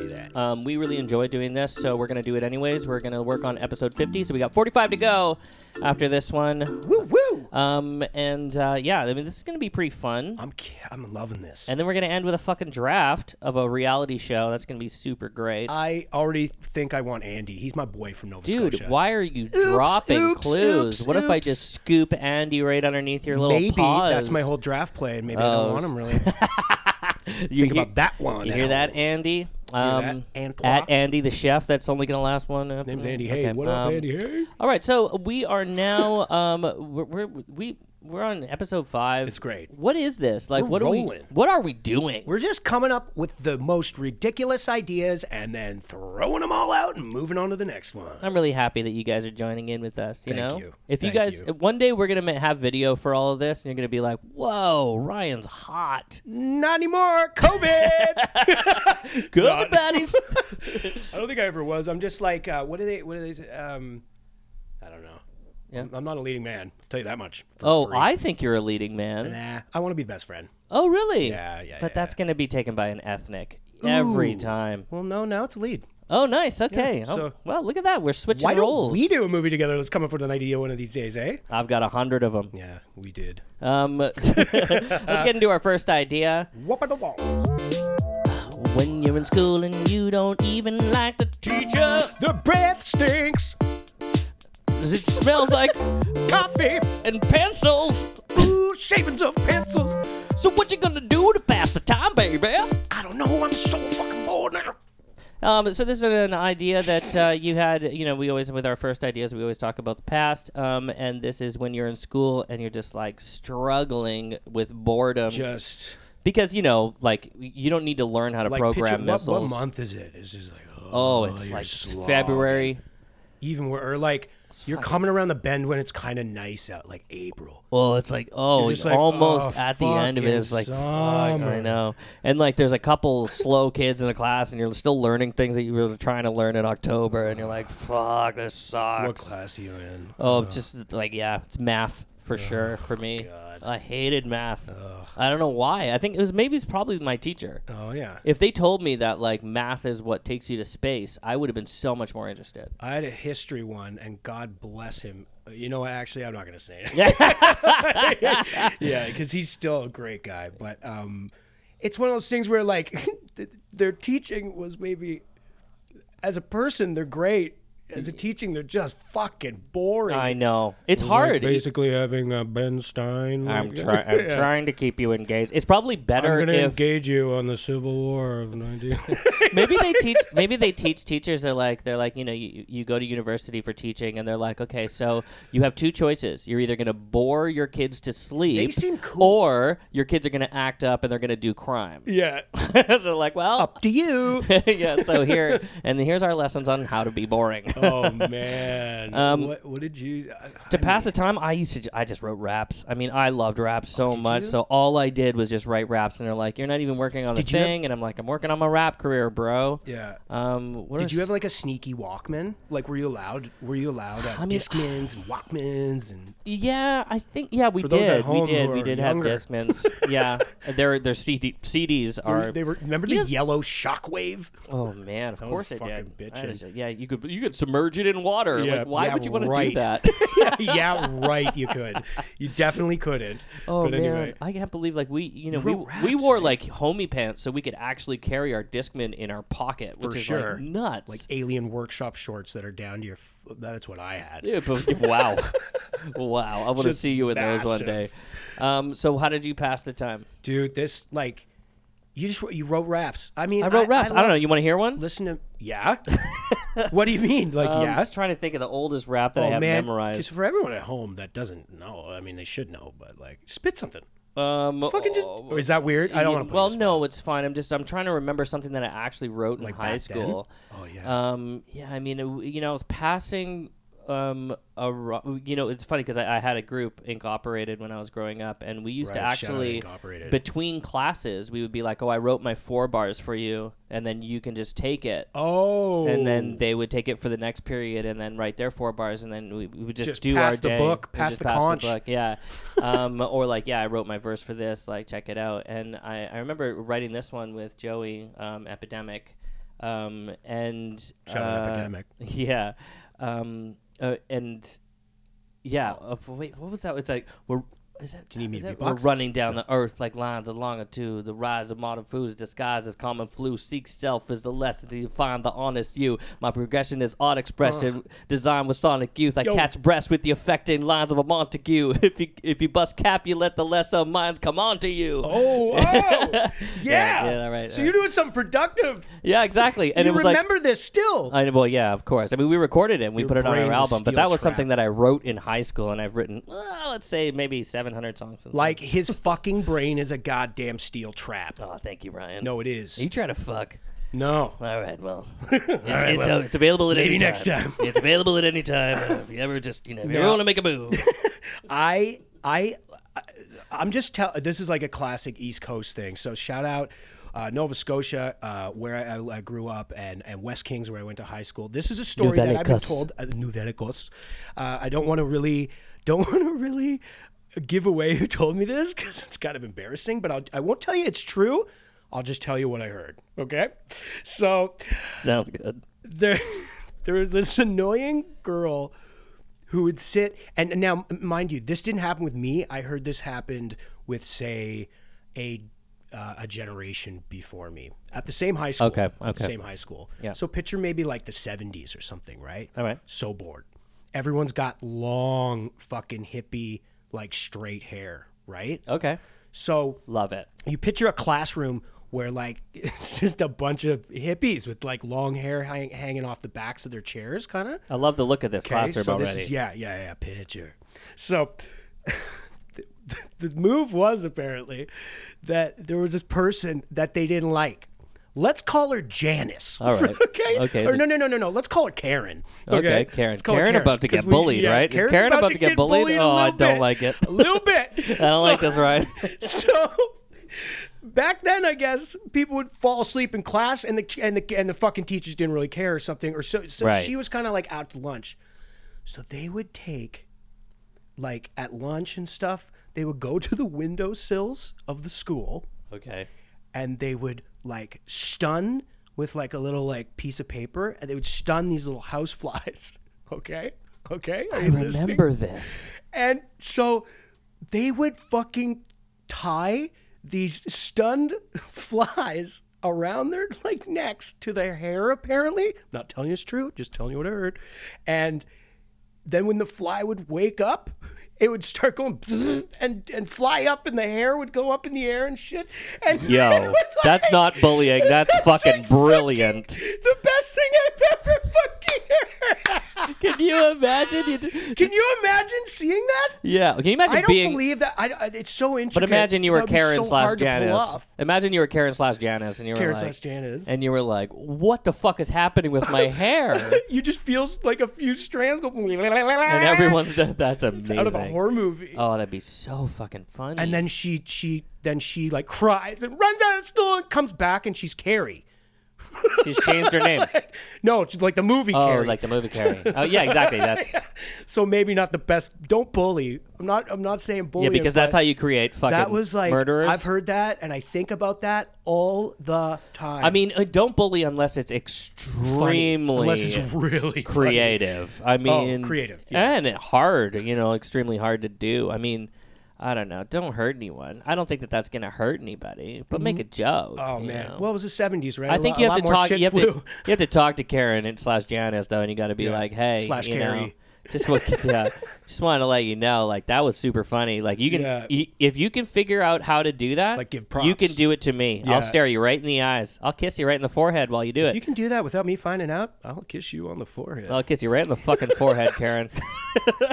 [SPEAKER 1] Any of that.
[SPEAKER 3] Um, we really enjoy doing this, so we're going to do it anyways. We're going to work on episode 50, so we got 45 to go after this one.
[SPEAKER 1] Woo woo.
[SPEAKER 3] Um, and uh, yeah, I mean, this is going to be pretty fun.
[SPEAKER 1] I'm ki- I'm loving this.
[SPEAKER 3] And then we're going to end with a fucking draft of a reality show. That's going to be super great.
[SPEAKER 1] I already think I want Andy. He's my boy from Nova
[SPEAKER 3] Dude,
[SPEAKER 1] Scotia.
[SPEAKER 3] why are you dropping
[SPEAKER 1] oops,
[SPEAKER 3] clues?
[SPEAKER 1] oops,
[SPEAKER 3] what if I
[SPEAKER 1] oops.
[SPEAKER 3] just scoop Andy right underneath your little
[SPEAKER 1] Maybe
[SPEAKER 3] paws?
[SPEAKER 1] that's my whole draft play, and maybe I
[SPEAKER 3] Oh.
[SPEAKER 1] don't want him really.
[SPEAKER 3] You
[SPEAKER 1] Think
[SPEAKER 3] hear-
[SPEAKER 1] about that one.
[SPEAKER 3] You hear
[SPEAKER 1] at
[SPEAKER 3] that,
[SPEAKER 1] home.
[SPEAKER 3] Andy? Um,
[SPEAKER 1] that, and Pois?
[SPEAKER 3] at Andy the chef. That's only gonna last one. uh, Um, His
[SPEAKER 1] Name's Andy Hay. What up, Andy Hay?
[SPEAKER 3] All right, so we are now. um, we're, we're we we're on episode five.
[SPEAKER 1] It's great.
[SPEAKER 3] What is this? Like,
[SPEAKER 1] We're
[SPEAKER 3] what are we?
[SPEAKER 1] rolling.
[SPEAKER 3] What are we doing?
[SPEAKER 1] We're just coming up with the most ridiculous ideas and then throwing them all out and moving on to the next one.
[SPEAKER 3] I'm really happy that you guys are joining in with us. You
[SPEAKER 1] Thank
[SPEAKER 3] know,
[SPEAKER 1] you.
[SPEAKER 3] if you
[SPEAKER 1] Thank
[SPEAKER 3] guys
[SPEAKER 1] you.
[SPEAKER 3] one day we're gonna ma- have video for all of this, and you're gonna be like, "Whoa, Ryan's hot."
[SPEAKER 1] Not anymore. COVID.
[SPEAKER 3] Good buddies.
[SPEAKER 1] I don't think I ever was. I'm just like, uh, what do they? What do they? say? Um, I don't know.
[SPEAKER 3] Yeah.
[SPEAKER 1] I'm- I'm not a leading man. I'll tell you that much. for
[SPEAKER 3] oh,
[SPEAKER 1] free.
[SPEAKER 3] I think you're a leading man.
[SPEAKER 1] Nah, I want to be the best friend.
[SPEAKER 3] Oh, really?
[SPEAKER 1] Yeah, yeah,
[SPEAKER 3] But
[SPEAKER 1] yeah,
[SPEAKER 3] that's going to be taken by an ethnic every time.
[SPEAKER 1] Well, no, now it's a lead.
[SPEAKER 3] Oh, nice. Okay. oh,
[SPEAKER 1] so-
[SPEAKER 3] well, look at that. We're switching
[SPEAKER 1] Why
[SPEAKER 3] roles.
[SPEAKER 1] don't we do a movie together? Let's come up with an idea one of these days, eh?
[SPEAKER 3] I've got a hundred of them.
[SPEAKER 1] Yeah, we did.
[SPEAKER 3] Um, let's get into our first idea.
[SPEAKER 1] Whoop-a-da-wop.
[SPEAKER 3] When you're in school and you don't even like the teacher,
[SPEAKER 1] The breath stinks.
[SPEAKER 3] 'cause it smells like
[SPEAKER 1] Coffee.
[SPEAKER 3] and pencils.
[SPEAKER 1] Ooh, shavings of pencils.
[SPEAKER 3] So what you gonna do to pass the time, baby?
[SPEAKER 1] I don't know. I'm so fucking bored now.
[SPEAKER 3] Um, so this is an idea that uh, you had. You know, we always with our first ideas, we always talk about the past. Um, and this is when you're in school and you're just like struggling with boredom
[SPEAKER 1] Just
[SPEAKER 3] because you know, like you don't need to learn how to
[SPEAKER 1] like
[SPEAKER 3] program
[SPEAKER 1] picture, what,
[SPEAKER 3] missiles.
[SPEAKER 1] what month is it? It's just like
[SPEAKER 3] Oh,
[SPEAKER 1] oh,
[SPEAKER 3] it's
[SPEAKER 1] you're
[SPEAKER 3] like
[SPEAKER 1] slobbing.
[SPEAKER 3] February.
[SPEAKER 1] Even where or like you're coming around the bend when it's kind of nice out, like April.
[SPEAKER 3] Oh, it's like oh,
[SPEAKER 1] You're
[SPEAKER 3] it's
[SPEAKER 1] just like,
[SPEAKER 3] almost
[SPEAKER 1] "Oh,
[SPEAKER 3] at the end of it.
[SPEAKER 1] fucking
[SPEAKER 3] It's like fuck, I
[SPEAKER 1] summer."
[SPEAKER 3] know, and like there's a couple slow kids in the class, and you're still learning things that you were trying to learn in October, and you're like, fuck, this sucks.
[SPEAKER 1] What class are you in?
[SPEAKER 3] Oh, just like yeah, it's math. for sure for me. I hated math. I don't know why. I think it was maybe it's probably my teacher.
[SPEAKER 4] Oh yeah.
[SPEAKER 3] If they told me that like math is what takes you to space, I would have been so much more interested.
[SPEAKER 4] I had a history one, and God bless him. You know, what, actually, I'm not going to say it. yeah, because he's still a great guy. But um, it's one of those things where, like, th- their teaching was maybe, as a person, they're great. As a teaching, they're just fucking boring.
[SPEAKER 3] I know it's hard.
[SPEAKER 4] basically, having a Ben Stein.
[SPEAKER 3] I'm trying. I'm trying to keep you engaged. It's probably better if
[SPEAKER 4] engage you on the Civil War of 19.
[SPEAKER 3] maybe they teach maybe they teach teachers are like they're like you know you, you go to university for teaching and they're like okay so you have two choices you're either going to bore your kids to sleep
[SPEAKER 4] They seem cool.
[SPEAKER 3] or your kids are going to act up and they're going to do crime
[SPEAKER 4] yeah.
[SPEAKER 3] so they're like well
[SPEAKER 4] Up to you.
[SPEAKER 3] yeah so here and here's our lessons on how to be boring
[SPEAKER 4] oh man. what, what did you?
[SPEAKER 3] Um,
[SPEAKER 4] uh,
[SPEAKER 3] to pass the time i used to ju- i just wrote raps i mean i loved raps
[SPEAKER 4] Oh,
[SPEAKER 3] so much so all i did was just write raps and they're like you're not even working on the
[SPEAKER 4] you have-
[SPEAKER 3] thing and i'm like i'm working on my rap career bro
[SPEAKER 4] yeah.
[SPEAKER 3] um what
[SPEAKER 4] Did
[SPEAKER 3] are
[SPEAKER 4] you have like a sneaky Walkman? Like, were you allowed? Were you allowed uh,
[SPEAKER 3] mean,
[SPEAKER 4] Discmans and Walkmans and?
[SPEAKER 3] Yeah, I think yeah we
[SPEAKER 4] For
[SPEAKER 3] did.
[SPEAKER 4] those at home
[SPEAKER 3] we
[SPEAKER 4] who
[SPEAKER 3] did. We
[SPEAKER 4] are
[SPEAKER 3] did
[SPEAKER 4] younger.
[SPEAKER 3] have discmans. yeah, their their CD, CDs are.
[SPEAKER 4] they were. Remember the yellow Shockwave?
[SPEAKER 3] oh man, of course
[SPEAKER 4] was
[SPEAKER 3] I did.
[SPEAKER 4] fucking
[SPEAKER 3] I had a-
[SPEAKER 4] bitchin'.
[SPEAKER 3] yeah, you could you could submerge it in water.
[SPEAKER 4] Yeah,
[SPEAKER 3] like why
[SPEAKER 4] yeah,
[SPEAKER 3] would you want to
[SPEAKER 4] right.
[SPEAKER 3] do that?
[SPEAKER 4] yeah, right. You could. You definitely couldn't.
[SPEAKER 3] oh
[SPEAKER 4] but
[SPEAKER 3] man,
[SPEAKER 4] anyway,
[SPEAKER 3] I can't believe like we you know
[SPEAKER 4] wrote
[SPEAKER 3] we, we
[SPEAKER 4] raps,
[SPEAKER 3] wore
[SPEAKER 4] man.
[SPEAKER 3] like homie pants so we could actually carry our discman in our pocket, which is
[SPEAKER 4] sure.
[SPEAKER 3] like nuts.
[SPEAKER 4] like Alien Workshop shorts that are down to your. F- that's what I had.
[SPEAKER 3] Yeah, but- wow, wow! I want to
[SPEAKER 4] Just
[SPEAKER 3] see you in those one day.
[SPEAKER 4] massive.
[SPEAKER 3] Um, so how did you pass the time?
[SPEAKER 4] Dude, this like, you just you wrote raps. I mean,
[SPEAKER 3] I wrote raps. I, don't know.
[SPEAKER 4] loved-
[SPEAKER 3] You want to hear one?
[SPEAKER 4] Listen to yeah. what do you mean? Like
[SPEAKER 3] I'm
[SPEAKER 4] yeah.
[SPEAKER 3] Um,
[SPEAKER 4] Oh,
[SPEAKER 3] just trying to think of the oldest rap that I have memorized.
[SPEAKER 4] Because for everyone at home that doesn't know, I mean, they should know, but like, spit something.
[SPEAKER 3] Um,
[SPEAKER 4] Fucking just.
[SPEAKER 3] oh,
[SPEAKER 4] or is that weird? I don't
[SPEAKER 3] you-
[SPEAKER 4] want to.
[SPEAKER 3] Well, no, it's fine. I'm just I'm trying to remember something that I actually wrote in high
[SPEAKER 4] back then?
[SPEAKER 3] school.
[SPEAKER 4] Oh, yeah.
[SPEAKER 3] Um, yeah, I mean, it- you know, I was passing. Um, a ro- you know, it's funny because I, I had a group Incorporated when I was growing up, and we used to
[SPEAKER 4] Right, shout out
[SPEAKER 3] actually
[SPEAKER 4] Incorporated.
[SPEAKER 3] between classes we would be like, "Oh, I wrote my four bars for you, and then you can just take it."
[SPEAKER 4] Oh.
[SPEAKER 3] And then they would take it for the next period, and then write their four bars, and then we, we would just,
[SPEAKER 4] Just
[SPEAKER 3] do
[SPEAKER 4] pass
[SPEAKER 3] our
[SPEAKER 4] the
[SPEAKER 3] day.
[SPEAKER 4] book,
[SPEAKER 3] We
[SPEAKER 4] pass
[SPEAKER 3] just
[SPEAKER 4] the conch.
[SPEAKER 3] book, yeah. Um, or like, yeah, I wrote my verse for this. Like, check it out. And I, I remember writing this one with Joey um, Epidemic, um, and
[SPEAKER 4] Shout out
[SPEAKER 3] uh,
[SPEAKER 4] Epidemic.
[SPEAKER 3] Yeah, um, uh, and yeah. Uh, wait, what was that? It's like we're. Is that,
[SPEAKER 4] you need
[SPEAKER 3] is
[SPEAKER 4] me to
[SPEAKER 3] that- we're
[SPEAKER 4] beatbox?
[SPEAKER 3] running down the earth like lines of longitude. The rise of modern foods disguised as common flu. Seek self is the lesson to find the honest you. My progression is odd expression, designed with sonic youth. I
[SPEAKER 4] Yo.
[SPEAKER 3] catch breath with the affecting lines of a Montague. If you if you bust cap, you let the lesser minds come on to you.
[SPEAKER 4] Oh, oh, yeah.
[SPEAKER 3] yeah, all right,
[SPEAKER 4] So
[SPEAKER 3] all
[SPEAKER 4] you're
[SPEAKER 3] right.
[SPEAKER 4] doing something productive.
[SPEAKER 3] Yeah, exactly. And
[SPEAKER 4] you
[SPEAKER 3] it was like Uh,
[SPEAKER 4] remember this still.
[SPEAKER 3] I, well, yeah, of course. I mean, we recorded it and we
[SPEAKER 4] Your
[SPEAKER 3] put it on
[SPEAKER 4] brain's
[SPEAKER 3] our
[SPEAKER 4] a
[SPEAKER 3] album, but
[SPEAKER 4] steel
[SPEAKER 3] that was
[SPEAKER 4] trap.
[SPEAKER 3] something that I wrote in high school, and I've written, well, let's say, maybe 700 songs. Since
[SPEAKER 4] like, his fucking brain is a goddamn steel trap.
[SPEAKER 3] then. oh, thank you, Ryan.
[SPEAKER 4] No, it is.
[SPEAKER 3] Are you trying to fuck?
[SPEAKER 4] No.
[SPEAKER 3] All right, well, it's, it's, uh, it's available at
[SPEAKER 4] maybe
[SPEAKER 3] any
[SPEAKER 4] next
[SPEAKER 3] time.
[SPEAKER 4] time.
[SPEAKER 3] it's available at any time. Uh, if you ever just, you know, if you ever want to make a move.
[SPEAKER 4] I I I'm just tell. This is like a classic East Coast thing. So shout out uh, Nova Scotia, uh, where I, I grew up, and and West Kings, where I went to high school. This is a story that I've been
[SPEAKER 3] Nouvelle-Écosse.
[SPEAKER 4] told. Uh, Nouvelle-Écosse. Uh, I don't want to really don't want to really give away who told me this because it's kind of embarrassing. But I'll, I won't tell you it's true. I'll just tell you what I heard. Okay, so
[SPEAKER 3] Sounds good.
[SPEAKER 4] there there was this annoying girl who would sit and now mind you this didn't happen with me i heard this happened with say a uh, a generation before me at the same high school
[SPEAKER 3] Okay,
[SPEAKER 4] at the
[SPEAKER 3] okay.
[SPEAKER 4] same high school
[SPEAKER 3] Yeah.
[SPEAKER 4] so picture maybe like the 70s or something right
[SPEAKER 3] All right.
[SPEAKER 4] so bored everyone's got long fucking hippie like straight hair right
[SPEAKER 3] Okay.
[SPEAKER 4] so
[SPEAKER 3] Love it.
[SPEAKER 4] you picture a classroom where like it's just a bunch of hippies with like long hair hang- hanging off the backs of their chairs kind of
[SPEAKER 3] I love the look of this classroom
[SPEAKER 4] so
[SPEAKER 3] already.
[SPEAKER 4] this is yeah yeah yeah picture so the, the move was apparently that there was this person that they didn't like Let's call her Janice.
[SPEAKER 3] All right.
[SPEAKER 4] okay.
[SPEAKER 3] Okay,
[SPEAKER 4] Or
[SPEAKER 3] so-
[SPEAKER 4] no, no, no, no, no. Let's call her Karen.
[SPEAKER 3] Okay, Karen.
[SPEAKER 4] Let's call her
[SPEAKER 3] Karen about to get
[SPEAKER 4] 'cause
[SPEAKER 3] bullied, right? Is
[SPEAKER 4] Karen's
[SPEAKER 3] Karen about to get bullied?
[SPEAKER 4] a
[SPEAKER 3] Oh, I
[SPEAKER 4] little
[SPEAKER 3] don't
[SPEAKER 4] bit.
[SPEAKER 3] like it.
[SPEAKER 4] A little bit.
[SPEAKER 3] I don't like this, Ryan.
[SPEAKER 4] so back then I guess people would fall asleep in class and the and the and the fucking teachers didn't really care or something or so, so
[SPEAKER 3] Right.
[SPEAKER 4] she was kind of like out to lunch. So they would take like at lunch and stuff, they would go to the windowsills of the school
[SPEAKER 3] Okay.
[SPEAKER 4] and they would like stun with like a little like piece of paper and they would stun these little house flies. Okay? Okay? Are
[SPEAKER 3] I
[SPEAKER 4] you listening?
[SPEAKER 3] remember this.
[SPEAKER 4] And so they would fucking tie these stunned flies around their like necks to their hair apparently. I'm not telling you it's true, just telling you what I heard. And then when the fly would wake up, it would start going bzzz and and fly up and the hair would go up in the air and shit. And it would,
[SPEAKER 3] Yo,
[SPEAKER 4] like-
[SPEAKER 3] that's not bullying. That's fucking
[SPEAKER 4] like,
[SPEAKER 3] brilliant.
[SPEAKER 4] fucking the best thing I've ever fucking heard.
[SPEAKER 3] Can you imagine? You d-
[SPEAKER 4] Can you imagine seeing that?
[SPEAKER 3] yeah. Can you imagine
[SPEAKER 4] I don't
[SPEAKER 3] being?
[SPEAKER 4] believe that. I, I- it's so
[SPEAKER 3] but
[SPEAKER 4] intricate.
[SPEAKER 3] imagine you were
[SPEAKER 4] That'd be
[SPEAKER 3] Karen
[SPEAKER 4] so
[SPEAKER 3] slash
[SPEAKER 4] hard to pull
[SPEAKER 3] Janice.
[SPEAKER 4] off.
[SPEAKER 3] Imagine you were Karen slash Janice, and you were
[SPEAKER 4] Karen
[SPEAKER 3] like,
[SPEAKER 4] slash Janice.
[SPEAKER 3] and you were like, what the fuck is happening with my hair?
[SPEAKER 4] You just feel like a few strands go.
[SPEAKER 3] and
[SPEAKER 4] And
[SPEAKER 3] everyone's done. That's amazing.
[SPEAKER 4] out of a horror movie.
[SPEAKER 3] oh, that'd be so fucking funny.
[SPEAKER 4] And then she she then she like cries and runs out of school and comes back and she's Carrie.
[SPEAKER 3] she's changed her name.
[SPEAKER 4] No, it's like the movie
[SPEAKER 3] Oh,
[SPEAKER 4] Carrie.
[SPEAKER 3] like the movie Carrie. Oh, yeah, exactly. That's
[SPEAKER 4] so maybe not the best. Don't bully. I'm not. I'm not saying bully.
[SPEAKER 3] yeah, because that's
[SPEAKER 4] but
[SPEAKER 3] how you create fucking
[SPEAKER 4] that was like
[SPEAKER 3] murderers.
[SPEAKER 4] I've heard that and I think about that all the time.
[SPEAKER 3] I mean, uh, don't bully unless it's extremely
[SPEAKER 4] unless it's really funny. Oh,
[SPEAKER 3] creative. I mean,
[SPEAKER 4] creative, yeah.
[SPEAKER 3] and hard. You know, extremely hard to do. I mean, I don't know. Don't hurt anyone. I don't think that that's gonna hurt anybody. But make a joke.
[SPEAKER 4] Oh
[SPEAKER 3] you
[SPEAKER 4] man,
[SPEAKER 3] know?
[SPEAKER 4] well it was the '70s, right?
[SPEAKER 3] I
[SPEAKER 4] A
[SPEAKER 3] think
[SPEAKER 4] lot-
[SPEAKER 3] you
[SPEAKER 4] a
[SPEAKER 3] have
[SPEAKER 4] lot
[SPEAKER 3] to
[SPEAKER 4] more
[SPEAKER 3] talk.
[SPEAKER 4] shit
[SPEAKER 3] You have to,
[SPEAKER 4] flew.
[SPEAKER 3] you have to talk to Karen and slash Janice though, and you got to be like, "Hey,
[SPEAKER 4] Slash
[SPEAKER 3] you know,
[SPEAKER 4] Carrie.
[SPEAKER 3] just what, yeah, just wanted to let you know, like that was super funny. Like you can,
[SPEAKER 4] Yeah.
[SPEAKER 3] y- if you can figure out how to do that,
[SPEAKER 4] Like, give
[SPEAKER 3] you
[SPEAKER 4] props.
[SPEAKER 3] can do it to me.
[SPEAKER 4] Yeah.
[SPEAKER 3] I'll stare you right in the eyes. I'll kiss you right in the forehead while you do
[SPEAKER 4] If
[SPEAKER 3] it.
[SPEAKER 4] you can do that without me finding out, I'll kiss you on the forehead.
[SPEAKER 3] I'll kiss you right in the fucking forehead, Karen.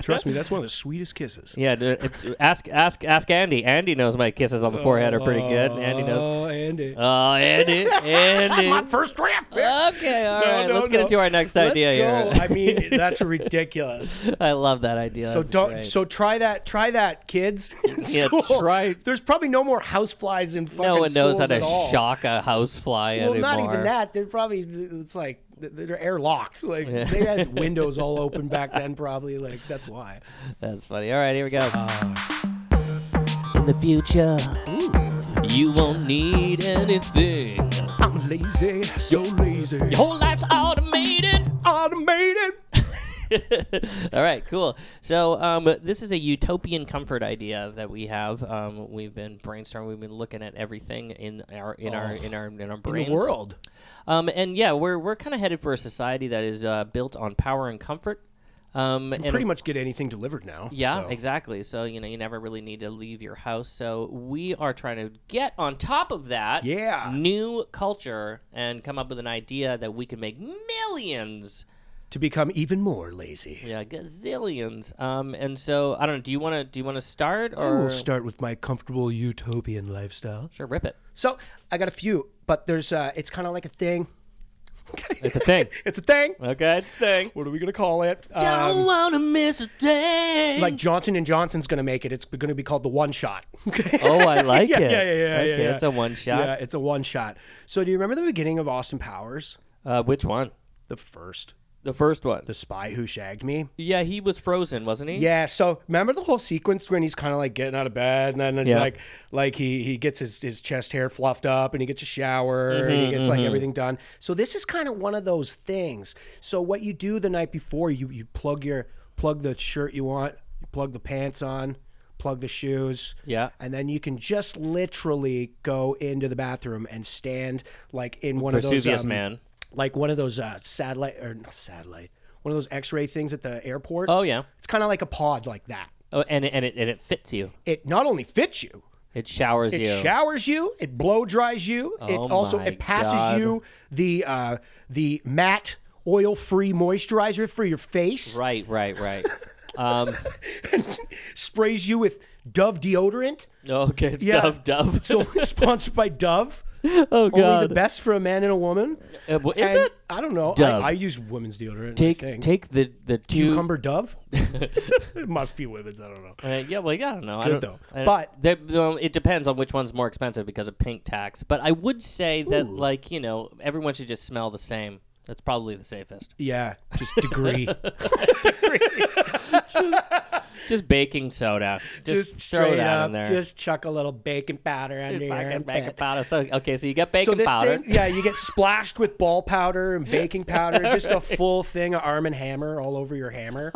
[SPEAKER 4] Trust me, that's one of the sweetest kisses.
[SPEAKER 3] yeah, d- it- ask ask ask Andy. Andy knows my kisses on the forehead are pretty good. Andy knows.
[SPEAKER 4] Oh, Andy.
[SPEAKER 3] Oh, Andy, Andy.
[SPEAKER 4] My first draft. pick.
[SPEAKER 3] Okay, all
[SPEAKER 4] No,
[SPEAKER 3] right.
[SPEAKER 4] no,
[SPEAKER 3] Let's get
[SPEAKER 4] no.
[SPEAKER 3] into our next
[SPEAKER 4] Let's
[SPEAKER 3] idea
[SPEAKER 4] go.
[SPEAKER 3] here.
[SPEAKER 4] I mean, that's ridiculous.
[SPEAKER 3] I love that idea.
[SPEAKER 4] so
[SPEAKER 3] That's
[SPEAKER 4] don't.
[SPEAKER 3] great.
[SPEAKER 4] So try that. Try that, kids. in
[SPEAKER 3] Yeah,
[SPEAKER 4] school.
[SPEAKER 3] try-
[SPEAKER 4] There's probably no more houseflies in fucking
[SPEAKER 3] no one knows how
[SPEAKER 4] schools
[SPEAKER 3] to
[SPEAKER 4] at all.
[SPEAKER 3] shock a housefly
[SPEAKER 4] Well,
[SPEAKER 3] anymore.
[SPEAKER 4] not even that. They're probably it's like they're airlocked. Like they had windows all open back then. Probably like that's why.
[SPEAKER 3] That's funny. All right, here we go. in the future, you won't need anything.
[SPEAKER 4] I'm lazy, so lazy.
[SPEAKER 3] Your whole life's automated.
[SPEAKER 4] Automated.
[SPEAKER 3] All right, cool. So um, this is a utopian comfort idea that we have. Um, we've been brainstorming. We've been looking at everything in our in our in our in our brains.
[SPEAKER 4] Oh. The world.
[SPEAKER 3] Um, and yeah, we're we're kind of headed for a society that is uh, built on power and comfort. Um, and
[SPEAKER 4] Pretty much get anything delivered now.
[SPEAKER 3] Yeah,
[SPEAKER 4] so.
[SPEAKER 3] exactly. So you know, you never really need to leave your house. So we are trying to get on top of that.
[SPEAKER 4] Yeah.
[SPEAKER 3] New culture and come up with an idea that we can make millions.
[SPEAKER 4] To become even more lazy.
[SPEAKER 3] Yeah, gazillions. Um, and so I don't know. Do you want to? Do you want to start
[SPEAKER 4] I
[SPEAKER 3] or?
[SPEAKER 4] will start with my comfortable utopian lifestyle.
[SPEAKER 3] Sure, rip it.
[SPEAKER 4] So I got a few, but there's uh, it's kind of like a thing.
[SPEAKER 3] It's a thing.
[SPEAKER 4] It's a thing.
[SPEAKER 3] okay, it's a thing.
[SPEAKER 4] What are we gonna call it?
[SPEAKER 3] Don't
[SPEAKER 4] Um,
[SPEAKER 3] want to miss a thing.
[SPEAKER 4] like Johnson and Johnson's gonna make it. It's gonna be called the one shot. Okay.
[SPEAKER 3] oh, I like it.
[SPEAKER 4] yeah, yeah, yeah, yeah,
[SPEAKER 3] Okay,
[SPEAKER 4] yeah.
[SPEAKER 3] it's a one shot.
[SPEAKER 4] Yeah, it's a one shot. So do you remember the beginning of Austin Powers?
[SPEAKER 3] Uh, which one?
[SPEAKER 4] The first,
[SPEAKER 3] The first one.
[SPEAKER 4] the spy who shagged me.
[SPEAKER 3] yeah, he was frozen, wasn't he?
[SPEAKER 4] Yeah, so remember the whole sequence when he's kind of like getting out of bed, and then it's
[SPEAKER 3] Yeah.
[SPEAKER 4] like like he he gets his, his chest hair fluffed up, and he gets a shower, and
[SPEAKER 3] Mm-hmm,
[SPEAKER 4] he gets like everything done. So this is kind of one of those things. So what you do the night before, you you plug your plug the shirt you want, you plug the pants on, plug the shoes,
[SPEAKER 3] Yeah.
[SPEAKER 4] and then you can just literally go into the bathroom and stand like in one of
[SPEAKER 3] Vesuvius
[SPEAKER 4] those um,
[SPEAKER 3] man.
[SPEAKER 4] like one of those uh, satellite or not satellite, one of those X-ray things at the airport.
[SPEAKER 3] Oh yeah.
[SPEAKER 4] It's kind of like a pod like that.
[SPEAKER 3] Oh, and it- and it and it fits you.
[SPEAKER 4] It not only fits you,
[SPEAKER 3] It showers
[SPEAKER 4] it
[SPEAKER 3] you.
[SPEAKER 4] showers you, it blow dries you, it
[SPEAKER 3] Oh
[SPEAKER 4] also
[SPEAKER 3] my
[SPEAKER 4] it passes
[SPEAKER 3] God.
[SPEAKER 4] you the uh, the matte oil-free moisturizer for your face,
[SPEAKER 3] right, right, right. um,
[SPEAKER 4] sprays you with Dove deodorant.
[SPEAKER 3] Oh, okay, it's
[SPEAKER 4] Yeah.
[SPEAKER 3] Dove, Dove.
[SPEAKER 4] It's only sponsored by Dove.
[SPEAKER 3] oh
[SPEAKER 4] Only the
[SPEAKER 3] God,
[SPEAKER 4] best for a man and a woman.
[SPEAKER 3] Uh, well, is
[SPEAKER 4] And
[SPEAKER 3] it?
[SPEAKER 4] I don't know.
[SPEAKER 3] Dove.
[SPEAKER 4] I, I use women's deodorant. I
[SPEAKER 3] Take
[SPEAKER 4] think.
[SPEAKER 3] take the the two.
[SPEAKER 4] cucumber Dove. it must be women's. I don't know.
[SPEAKER 3] Uh, yeah, well, yeah, I don't know. I don't,
[SPEAKER 4] good, though.
[SPEAKER 3] I don't-
[SPEAKER 4] But-
[SPEAKER 3] they- well, it depends on which one's more expensive because of pink tax. But I would say that, like you know, everyone should just smell the same. That's probably the safest.
[SPEAKER 4] Yeah, just degree.
[SPEAKER 3] Just baking soda. Just,
[SPEAKER 4] just
[SPEAKER 3] throw
[SPEAKER 4] straight
[SPEAKER 3] that
[SPEAKER 4] up.
[SPEAKER 3] in there.
[SPEAKER 4] Just chuck a little baking powder under your
[SPEAKER 3] Fucking
[SPEAKER 4] armpit.
[SPEAKER 3] baking powder. So, okay, so you get baking
[SPEAKER 4] so this
[SPEAKER 3] powder.
[SPEAKER 4] thing, yeah, you get splashed with ball powder and baking powder, just a full thing of Arm and Hammer all over your hammer,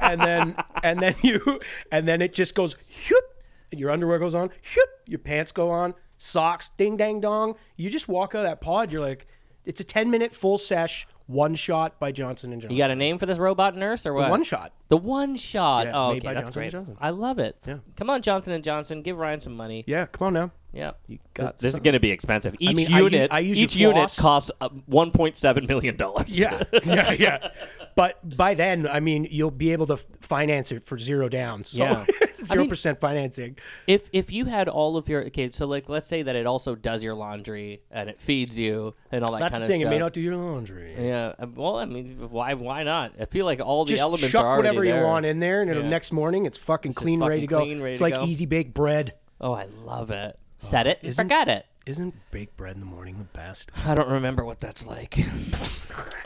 [SPEAKER 4] and then and then you and then it just goes, whoop, and your underwear goes on, whoop, your pants go on, socks, ding dang dong. You just walk out of that pod, you're like, it's a ten minute full sesh, one shot by Johnson and Johnson.
[SPEAKER 3] you got a name for this robot nurse or what?
[SPEAKER 4] one shot.
[SPEAKER 3] The one shot.
[SPEAKER 4] Yeah,
[SPEAKER 3] oh,
[SPEAKER 4] made
[SPEAKER 3] okay,
[SPEAKER 4] by
[SPEAKER 3] that's
[SPEAKER 4] Johnson and
[SPEAKER 3] great.
[SPEAKER 4] Johnson.
[SPEAKER 3] I love it.
[SPEAKER 4] Yeah.
[SPEAKER 3] Come on, Johnson and Johnson, give Ryan some money.
[SPEAKER 4] Yeah, come on now.
[SPEAKER 3] Yeah. You
[SPEAKER 4] got
[SPEAKER 3] this is
[SPEAKER 4] some-
[SPEAKER 3] going to be expensive. Each
[SPEAKER 4] mean, I u-
[SPEAKER 3] unit,
[SPEAKER 4] I use
[SPEAKER 3] each
[SPEAKER 4] your
[SPEAKER 3] unit
[SPEAKER 4] floss.
[SPEAKER 3] costs uh, 1.7 million dollars.
[SPEAKER 4] Yeah, yeah, yeah. But by then, I mean, you'll be able to f- finance it for zero down. So
[SPEAKER 3] Yeah. I
[SPEAKER 4] zero
[SPEAKER 3] mean-
[SPEAKER 4] percent financing.
[SPEAKER 3] if if you had all of your okay, so like let's say that it also does your laundry and it feeds you and all that
[SPEAKER 4] That's
[SPEAKER 3] kind
[SPEAKER 4] the
[SPEAKER 3] of
[SPEAKER 4] thing. It
[SPEAKER 3] stuff.
[SPEAKER 4] may not do your laundry.
[SPEAKER 3] yeah. uh, Well, I mean, why why not? I feel like all the
[SPEAKER 4] Just
[SPEAKER 3] elements
[SPEAKER 4] chuck
[SPEAKER 3] are already
[SPEAKER 4] whatever
[SPEAKER 3] there.
[SPEAKER 4] you want in there, and it'll,
[SPEAKER 3] Yeah.
[SPEAKER 4] next morning it's fucking
[SPEAKER 3] just
[SPEAKER 4] clean, ready to
[SPEAKER 3] fucking
[SPEAKER 4] go.
[SPEAKER 3] clean, ready
[SPEAKER 4] it's
[SPEAKER 3] to
[SPEAKER 4] like
[SPEAKER 3] go.
[SPEAKER 4] easy baked bread.
[SPEAKER 3] Oh, I love it. Set it and
[SPEAKER 4] Uh, isn't-
[SPEAKER 3] forget it.
[SPEAKER 4] Isn't baked bread in the morning the best?
[SPEAKER 3] I don't remember what that's like.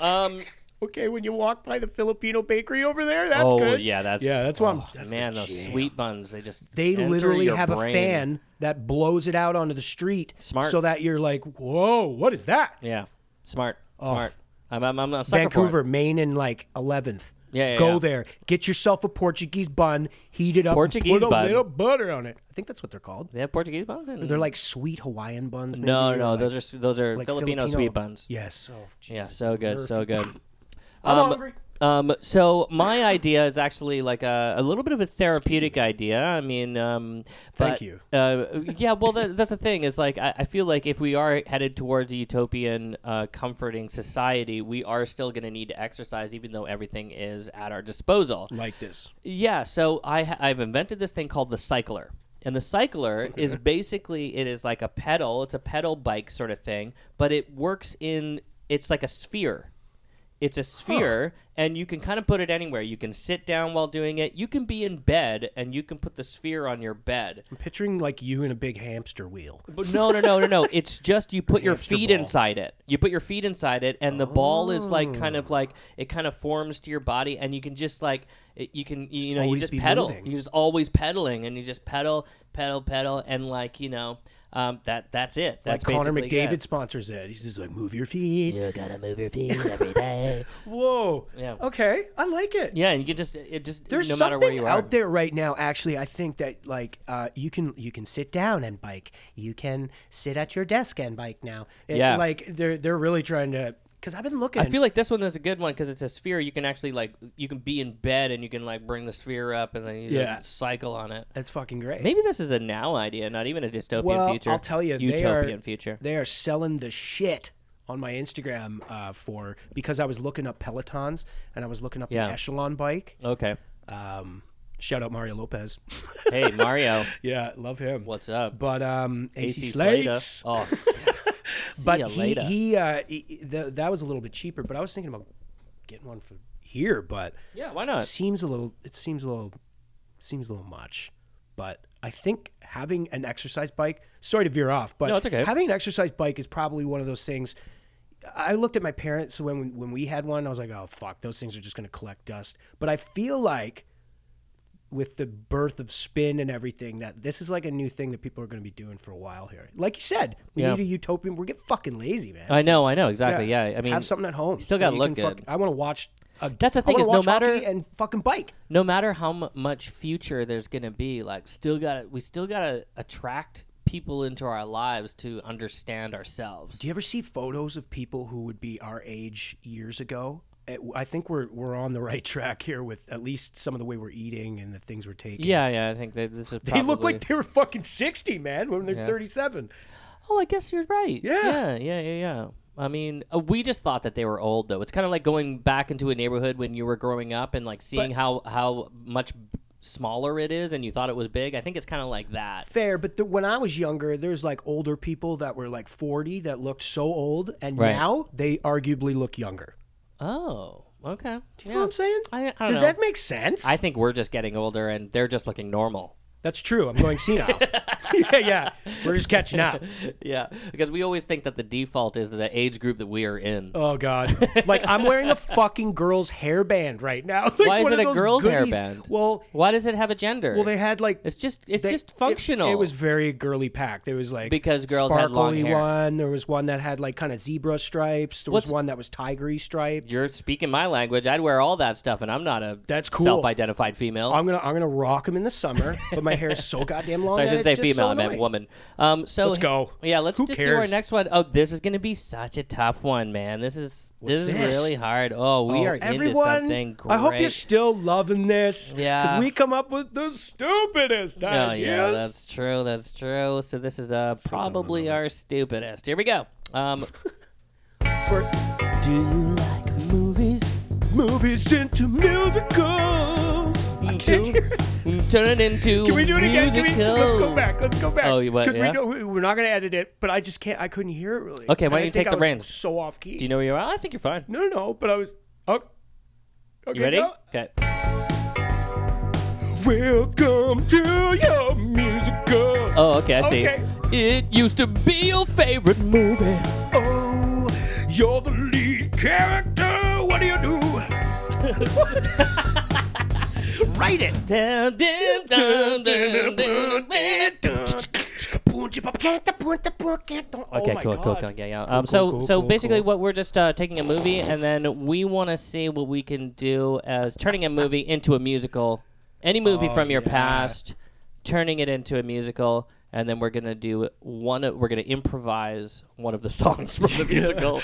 [SPEAKER 3] um.
[SPEAKER 4] Okay, when you walk by the Filipino bakery over there, that's
[SPEAKER 3] oh
[SPEAKER 4] good.
[SPEAKER 3] yeah, that's
[SPEAKER 4] yeah, that's what I'm.
[SPEAKER 3] oh,
[SPEAKER 4] that's the
[SPEAKER 3] man, those
[SPEAKER 4] jam.
[SPEAKER 3] sweet buns. They just
[SPEAKER 4] They
[SPEAKER 3] enter
[SPEAKER 4] literally
[SPEAKER 3] your
[SPEAKER 4] have a
[SPEAKER 3] brain.
[SPEAKER 4] fan that blows it out onto the street,
[SPEAKER 3] Smart.
[SPEAKER 4] so that you're like, whoa, what is that?
[SPEAKER 3] Yeah, smart, smart. I'm, I'm, I'm a sucker For
[SPEAKER 4] Oh. Vancouver,
[SPEAKER 3] it.
[SPEAKER 4] Maine, and like eleventh.
[SPEAKER 3] Yeah, yeah,
[SPEAKER 4] go
[SPEAKER 3] yeah.
[SPEAKER 4] there. Get yourself a Portuguese bun, heat it up, and
[SPEAKER 3] Portuguese
[SPEAKER 4] put
[SPEAKER 3] bun.
[SPEAKER 4] a little butter on it. I think that's what they're called.
[SPEAKER 3] They have Portuguese buns in.
[SPEAKER 4] They're like sweet Hawaiian buns. Maybe,
[SPEAKER 3] no,
[SPEAKER 4] or
[SPEAKER 3] no,
[SPEAKER 4] like-
[SPEAKER 3] those are s- those are
[SPEAKER 4] like
[SPEAKER 3] Filipino, sweet buns.
[SPEAKER 4] Yes. Oh, geez.
[SPEAKER 3] Yeah, so good, so good.
[SPEAKER 4] I'm
[SPEAKER 3] um,
[SPEAKER 4] hungry.
[SPEAKER 3] um, so my idea is actually like a, a little bit of a therapeutic idea. I mean, um,
[SPEAKER 4] Thank
[SPEAKER 3] but,
[SPEAKER 4] you.
[SPEAKER 3] Uh, yeah, well, that, that's the thing is like I, I feel like if we are headed towards a utopian, uh, comforting society, we are still going to need to exercise, even though everything is at our disposal.
[SPEAKER 4] Like this.
[SPEAKER 3] Yeah, so I ha- I've invented this thing called the cycler. And the cycler is basically it is like a pedal, it's a pedal bike sort of thing, but it works in it's like a sphere. It's a sphere and you can kind of put it anywhere. You can sit down while doing it. You can be in bed and you can put the sphere on your bed.
[SPEAKER 4] I'm picturing like you in a big hamster wheel.
[SPEAKER 3] But no, no, no, no, no. It's just you put your
[SPEAKER 4] Hamster
[SPEAKER 3] feet
[SPEAKER 4] ball.
[SPEAKER 3] inside it. You put your feet inside it, and the ball is like kind of like
[SPEAKER 4] Oh.
[SPEAKER 3] it kind of forms to your body, and you can just like it, you can you know you
[SPEAKER 4] always
[SPEAKER 3] just
[SPEAKER 4] be
[SPEAKER 3] pedal.
[SPEAKER 4] moving.
[SPEAKER 3] You just always pedaling, and you just pedal, pedal, pedal, and like you know um, that that's it. That's
[SPEAKER 4] like Connor
[SPEAKER 3] basically
[SPEAKER 4] McDavid
[SPEAKER 3] it.
[SPEAKER 4] sponsors it. He's just like, move your feet.
[SPEAKER 3] You gotta move your feet every day.
[SPEAKER 4] Whoa.
[SPEAKER 3] Yeah.
[SPEAKER 4] Okay, I like it.
[SPEAKER 3] yeah, and you can just it just
[SPEAKER 4] There's
[SPEAKER 3] no matter
[SPEAKER 4] something
[SPEAKER 3] where you are.
[SPEAKER 4] out there right now. Actually, I think that like uh, you can you can sit down and bike. You can sit at your desk and bike now. It-
[SPEAKER 3] Yeah.
[SPEAKER 4] like they're they're really trying to. Because I've been looking.
[SPEAKER 3] I feel like this one is a good one because it's a sphere. You can actually like you can be in bed and you can like bring the sphere up and then you
[SPEAKER 4] Yeah.
[SPEAKER 3] just cycle on it.
[SPEAKER 4] that's fucking great.
[SPEAKER 3] Maybe this is a now idea, not even a dystopian
[SPEAKER 4] well,
[SPEAKER 3] future.
[SPEAKER 4] I'll tell you, they
[SPEAKER 3] utopian
[SPEAKER 4] are,
[SPEAKER 3] future.
[SPEAKER 4] They are selling the shit on my Instagram uh, for because I was looking up Pelotons and I was looking up
[SPEAKER 3] Yeah.
[SPEAKER 4] the Echelon bike.
[SPEAKER 3] Okay.
[SPEAKER 4] Um, shout out Mario Lopez.
[SPEAKER 3] Hey Mario,
[SPEAKER 4] yeah, love him.
[SPEAKER 3] what's up?
[SPEAKER 4] But um, AC,
[SPEAKER 3] AC Slater.
[SPEAKER 4] Slates.
[SPEAKER 3] Oh,
[SPEAKER 4] but
[SPEAKER 3] ya
[SPEAKER 4] he,
[SPEAKER 3] later.
[SPEAKER 4] he uh he- the, that was a little bit cheaper but i was thinking about getting one for here but
[SPEAKER 3] yeah. Why
[SPEAKER 4] it
[SPEAKER 3] not?
[SPEAKER 4] seems a little it seems a little seems a little much but i think having an exercise bike sorry to veer off but
[SPEAKER 3] No, it's okay.
[SPEAKER 4] having an exercise bike is probably one of those things i looked at my parents when when we had one i was like oh fuck those things are just going to collect dust but i feel like with the birth of spin and everything that this is like a new thing that people are going to be doing for a while here. Like you said, we
[SPEAKER 3] Yeah.
[SPEAKER 4] need a utopian. We're getting fucking lazy, man.
[SPEAKER 3] I know, I know exactly. Yeah, I mean,
[SPEAKER 4] have something at home.
[SPEAKER 3] still
[SPEAKER 4] that
[SPEAKER 3] gotta
[SPEAKER 4] you can
[SPEAKER 3] look good.
[SPEAKER 4] fucking- I want to watch. A,
[SPEAKER 3] That's the
[SPEAKER 4] I
[SPEAKER 3] thing
[SPEAKER 4] wanna
[SPEAKER 3] is no
[SPEAKER 4] watch hockey
[SPEAKER 3] matter-
[SPEAKER 4] and fucking bike.
[SPEAKER 3] no matter how mu much future there's gonna be, like, still gotta we still gotta attract people into our lives to understand ourselves.
[SPEAKER 4] Do you ever see photos of people who would be our age years ago? Eh, I think we're we're on the right track here with at least some of the way we're eating and the things we're taking.
[SPEAKER 3] yeah, yeah. I think that this is. Probably,
[SPEAKER 4] They look like they were fucking sixty, man, when they're thirty-seven.
[SPEAKER 3] Oh, I guess you're right.
[SPEAKER 4] Yeah.
[SPEAKER 3] Yeah, yeah, yeah, yeah. I mean, uh, we just thought that they were old, though. It's kind of like going back into a neighborhood when you were growing up and like seeing how how much b- smaller it is, and you thought it was big. I think it's kind of like that.
[SPEAKER 4] fair but the, when i was younger there's like older people that were like 40 that looked so old and
[SPEAKER 3] Right.
[SPEAKER 4] now they arguably look younger
[SPEAKER 3] Oh, okay. Do
[SPEAKER 4] you know what i'm saying
[SPEAKER 3] I, I don't
[SPEAKER 4] does
[SPEAKER 3] know.
[SPEAKER 4] that make sense
[SPEAKER 3] I think we're just getting older, and they're just looking normal.
[SPEAKER 4] that's true i'm going senile yeah, yeah. We're just catching up.
[SPEAKER 3] yeah, because we always think that the default is the age group that we are in.
[SPEAKER 4] Oh God! Like I'm wearing a fucking girl's hairband right now. Like,
[SPEAKER 3] Why is
[SPEAKER 4] one
[SPEAKER 3] it
[SPEAKER 4] of
[SPEAKER 3] a
[SPEAKER 4] those
[SPEAKER 3] girl's
[SPEAKER 4] goodies.
[SPEAKER 3] hairband?
[SPEAKER 4] Well,
[SPEAKER 3] Why does it have a gender?
[SPEAKER 4] well, they had like
[SPEAKER 3] it's just it's
[SPEAKER 4] they-
[SPEAKER 3] just
[SPEAKER 4] it-
[SPEAKER 3] functional.
[SPEAKER 4] It, was very girly packed. There was like
[SPEAKER 3] Because girls had long
[SPEAKER 4] sparkly
[SPEAKER 3] hair.
[SPEAKER 4] one. There was one that had like kind of zebra stripes. There
[SPEAKER 3] What's-
[SPEAKER 4] was one that was tigery striped.
[SPEAKER 3] You're speaking my language. I'd wear all that stuff, and I'm not a
[SPEAKER 4] That's cool.
[SPEAKER 3] self-identified female.
[SPEAKER 4] I'm gonna I'm gonna rock them in the summer, but my hair is so goddamn long.
[SPEAKER 3] So I
[SPEAKER 4] that
[SPEAKER 3] should
[SPEAKER 4] it's
[SPEAKER 3] say
[SPEAKER 4] just
[SPEAKER 3] female.
[SPEAKER 4] so
[SPEAKER 3] I meant
[SPEAKER 4] annoying.
[SPEAKER 3] woman. Um, so
[SPEAKER 4] Let's go.
[SPEAKER 3] Yeah, let's
[SPEAKER 4] Who
[SPEAKER 3] just do our
[SPEAKER 4] cares?
[SPEAKER 3] next one. Oh, this is going to be such a tough one, man. This is this,
[SPEAKER 4] this?
[SPEAKER 3] is really hard. Oh, we are
[SPEAKER 4] Everyone,
[SPEAKER 3] into something great.
[SPEAKER 4] I hope you're still loving this.
[SPEAKER 3] Yeah.
[SPEAKER 4] because we come up with the stupidest
[SPEAKER 3] Oh
[SPEAKER 4] ideas.
[SPEAKER 3] yeah, that's true. That's true. So this is uh, probably our stupidest. Here we go. Um,
[SPEAKER 4] For-
[SPEAKER 3] do you like movies?
[SPEAKER 4] movies into musicals. I can't hear it.
[SPEAKER 3] mm, Turn it into
[SPEAKER 4] Can we do it again? Can we,
[SPEAKER 3] musical.
[SPEAKER 4] let's go back. Let's go back.
[SPEAKER 3] Oh, you what,
[SPEAKER 4] 'Cause
[SPEAKER 3] yeah?
[SPEAKER 4] We don't, we- we're not going to edit it, but I just can't. I couldn't hear it really.
[SPEAKER 3] Okay,
[SPEAKER 4] And
[SPEAKER 3] why
[SPEAKER 4] I
[SPEAKER 3] don't you
[SPEAKER 4] think
[SPEAKER 3] take
[SPEAKER 4] I
[SPEAKER 3] the
[SPEAKER 4] was
[SPEAKER 3] reins?
[SPEAKER 4] So off key.
[SPEAKER 3] Do you know where you are? I think you're fine.
[SPEAKER 4] no, no, no. But I was. Oh, okay,
[SPEAKER 3] You ready?
[SPEAKER 4] go.
[SPEAKER 3] Okay.
[SPEAKER 4] Welcome to your musical.
[SPEAKER 3] Oh, okay. I see.
[SPEAKER 4] Okay.
[SPEAKER 3] It used to be your favorite movie.
[SPEAKER 4] Oh, you're the lead character. What do you do? Write it.
[SPEAKER 3] Dun, dun, dun, dun, dun, dun. Okay,
[SPEAKER 4] Okay,
[SPEAKER 3] cool, cool, cool, yeah, yeah. Um, so,
[SPEAKER 4] Oh cool,
[SPEAKER 3] so
[SPEAKER 4] cool,
[SPEAKER 3] basically,
[SPEAKER 4] cool.
[SPEAKER 3] what we're just uh, taking a movie, and then we want to see what we can do as turning a movie into a musical. Any movie from your
[SPEAKER 4] Oh, yeah.
[SPEAKER 3] past, turning it into a musical, and then we're gonna do one. Of, we're gonna improvise one of the songs from the musical.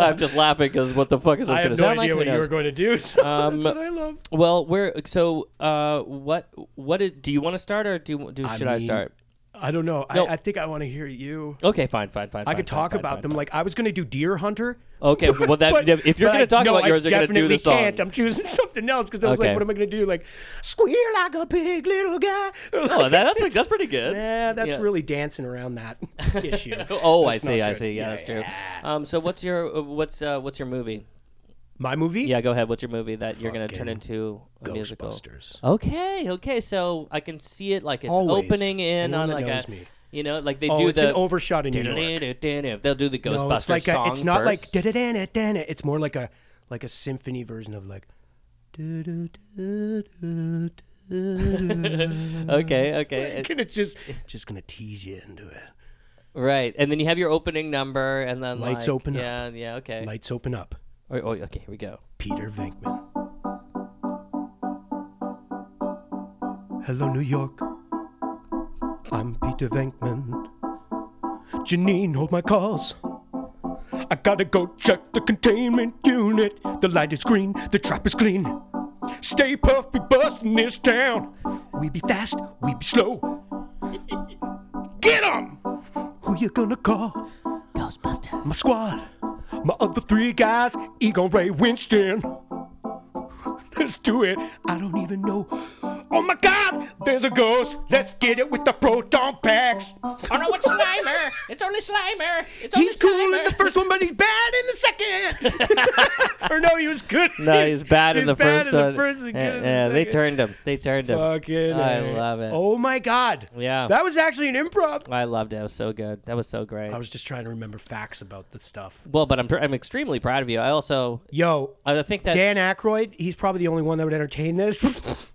[SPEAKER 3] I'm just laughing because what the fuck is this
[SPEAKER 4] I
[SPEAKER 3] gonna
[SPEAKER 4] have no
[SPEAKER 3] sound
[SPEAKER 4] idea
[SPEAKER 3] like?
[SPEAKER 4] what
[SPEAKER 3] Who
[SPEAKER 4] you
[SPEAKER 3] knows?
[SPEAKER 4] were going to do. So
[SPEAKER 3] Um,
[SPEAKER 4] that's what I love.
[SPEAKER 3] well, we're so. Uh, what what is, do you want to start or do, do should I
[SPEAKER 4] mean-
[SPEAKER 3] start?
[SPEAKER 4] I don't know.
[SPEAKER 3] No.
[SPEAKER 4] I, I think I want to hear you.
[SPEAKER 3] Okay, fine, fine, fine.
[SPEAKER 4] I could talk about them. Like I was going to do Deer Hunter.
[SPEAKER 3] Okay, well that
[SPEAKER 4] but-
[SPEAKER 3] if you're
[SPEAKER 4] but
[SPEAKER 3] gonna
[SPEAKER 4] I-
[SPEAKER 3] talk
[SPEAKER 4] no,
[SPEAKER 3] about
[SPEAKER 4] I
[SPEAKER 3] yours, you're gonna do
[SPEAKER 4] definitely
[SPEAKER 3] the song.
[SPEAKER 4] Can't. I'm choosing something else because I was
[SPEAKER 3] Okay.
[SPEAKER 4] like, what am I going to do? Like squeal like a pig, little guy.
[SPEAKER 3] Oh, that, that's that's pretty good.
[SPEAKER 4] Yeah, that's
[SPEAKER 3] Yeah.
[SPEAKER 4] really dancing around that issue.
[SPEAKER 3] Oh,
[SPEAKER 4] That's
[SPEAKER 3] I see,
[SPEAKER 4] not
[SPEAKER 3] I
[SPEAKER 4] good.
[SPEAKER 3] see. Yeah, that's true. Um, so what's your uh, what's uh, what's your movie?
[SPEAKER 4] My movie,
[SPEAKER 3] Yeah, go ahead. What's your movie that you're gonna turn
[SPEAKER 4] Fucking
[SPEAKER 3] into a musical?
[SPEAKER 4] Ghostbusters.
[SPEAKER 3] Okay, okay. So I can see it like it's
[SPEAKER 4] Always.
[SPEAKER 3] opening in
[SPEAKER 4] Anyone
[SPEAKER 3] on
[SPEAKER 4] that
[SPEAKER 3] like
[SPEAKER 4] knows
[SPEAKER 3] a
[SPEAKER 4] me.
[SPEAKER 3] you know like they
[SPEAKER 4] Oh,
[SPEAKER 3] do
[SPEAKER 4] it's
[SPEAKER 3] the
[SPEAKER 4] an overshot in New York.
[SPEAKER 3] They'll do the Ghostbusters
[SPEAKER 4] No, it's like a,
[SPEAKER 3] song.
[SPEAKER 4] it's not like
[SPEAKER 3] first.
[SPEAKER 4] da-da-da-da-da. It's more like a like a symphony version of like. Mm.
[SPEAKER 3] okay, okay,
[SPEAKER 4] And it's just just gonna tease you into it.
[SPEAKER 3] right. And then you have your opening number, and then
[SPEAKER 4] Lights
[SPEAKER 3] like,
[SPEAKER 4] open up.
[SPEAKER 3] Yeah, yeah, okay.
[SPEAKER 4] Lights open up.
[SPEAKER 3] Oh, oh, okay, here we go.
[SPEAKER 4] Peter Venkman. Hello, New York. I'm Peter Venkman. Janine, hold my calls. I gotta go check the containment unit. The light is green, the trap is clean. Stay puff, be bustin' this town. We be fast, we be slow. Get 'em! Who you gonna call?
[SPEAKER 5] Ghostbuster.
[SPEAKER 4] My squad, my other three guys, Egon Ray Winston. Let's do it. I don't even know. Oh my god, there's a ghost. Let's get it with the proton packs.
[SPEAKER 5] Oh no, it's Slimer! It's only Slimer! It's only
[SPEAKER 4] He's cool
[SPEAKER 5] Slimer!
[SPEAKER 4] in the first one, but he's bad in the second. or no, he was good.
[SPEAKER 3] No, he's bad in the
[SPEAKER 4] bad
[SPEAKER 3] first
[SPEAKER 4] in
[SPEAKER 3] one.
[SPEAKER 4] the first and
[SPEAKER 3] yeah,
[SPEAKER 4] good in the
[SPEAKER 3] yeah, they
[SPEAKER 4] second.
[SPEAKER 3] turned him. They turned him.
[SPEAKER 4] Fucking
[SPEAKER 3] I
[SPEAKER 4] A.
[SPEAKER 3] love it.
[SPEAKER 4] Oh my god.
[SPEAKER 3] Yeah.
[SPEAKER 4] That was actually an improv.
[SPEAKER 3] I loved it. It was so good. That was so great.
[SPEAKER 4] I was just trying to remember facts about the stuff.
[SPEAKER 3] well, but I'm pr- I'm extremely proud of you. I also
[SPEAKER 4] Yo,
[SPEAKER 3] I think that
[SPEAKER 4] Dan Aykroyd, he's probably the only one that would entertain this.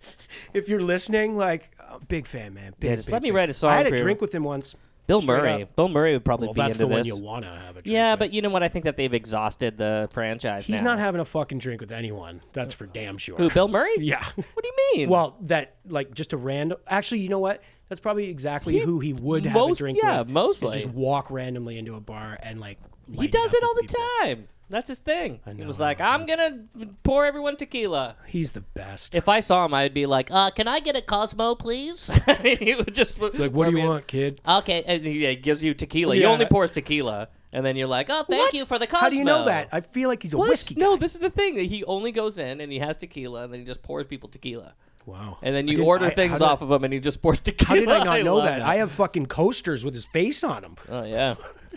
[SPEAKER 4] if you're listening, like, uh, big fan, man. Big,
[SPEAKER 3] Yeah, just
[SPEAKER 4] big,
[SPEAKER 3] let me
[SPEAKER 4] big.
[SPEAKER 3] write a song
[SPEAKER 4] I had
[SPEAKER 3] for
[SPEAKER 4] a
[SPEAKER 3] you.
[SPEAKER 4] drink with him once.
[SPEAKER 3] Bill
[SPEAKER 4] straight
[SPEAKER 3] Murray,
[SPEAKER 4] up-
[SPEAKER 3] Bill Murray would probably
[SPEAKER 4] Well,
[SPEAKER 3] be
[SPEAKER 4] that's
[SPEAKER 3] into
[SPEAKER 4] the one
[SPEAKER 3] this.
[SPEAKER 4] you want to have a drink
[SPEAKER 3] yeah,
[SPEAKER 4] with.
[SPEAKER 3] but you know what? I think that they've exhausted the franchise.
[SPEAKER 4] he's
[SPEAKER 3] now.
[SPEAKER 4] not having a fucking drink with anyone. That's for damn sure.
[SPEAKER 3] Who, Bill Murray?
[SPEAKER 4] Yeah.
[SPEAKER 3] What do you mean?
[SPEAKER 4] Well, that, like, just a random. Actually, you know what? That's probably exactly
[SPEAKER 3] He-
[SPEAKER 4] who he would have
[SPEAKER 3] most-
[SPEAKER 4] a drink
[SPEAKER 3] yeah,
[SPEAKER 4] with. is
[SPEAKER 3] mostly.
[SPEAKER 4] Just walk randomly into a bar and, like,
[SPEAKER 3] he does it all the time. That's his thing. he
[SPEAKER 4] know,
[SPEAKER 3] was
[SPEAKER 4] I
[SPEAKER 3] like, I'm gonna pour everyone tequila.
[SPEAKER 4] He's the best.
[SPEAKER 3] If I saw him, I'd be like, uh, can I get a Cosmo, please? he would just
[SPEAKER 4] It's like, what do you want, kid?
[SPEAKER 3] Okay, and he yeah, gives you tequila. He
[SPEAKER 4] Yeah.
[SPEAKER 3] only pours tequila, and then you're like, "Oh, thank
[SPEAKER 4] What?
[SPEAKER 3] you for the Cosmo."
[SPEAKER 4] How do you know that? I feel like he's a
[SPEAKER 3] What?
[SPEAKER 4] whiskey guy.
[SPEAKER 3] No, this is the thing. that He only goes in and he has tequila, and then he just pours people tequila,
[SPEAKER 4] Wow.
[SPEAKER 3] and then
[SPEAKER 4] I
[SPEAKER 3] you
[SPEAKER 4] didn't-
[SPEAKER 3] order
[SPEAKER 4] I- how
[SPEAKER 3] things
[SPEAKER 4] did I-
[SPEAKER 3] off of him, and he just pours tequila.
[SPEAKER 4] How did I not know
[SPEAKER 3] love
[SPEAKER 4] that? I have fucking coasters with his face on them.
[SPEAKER 3] oh yeah,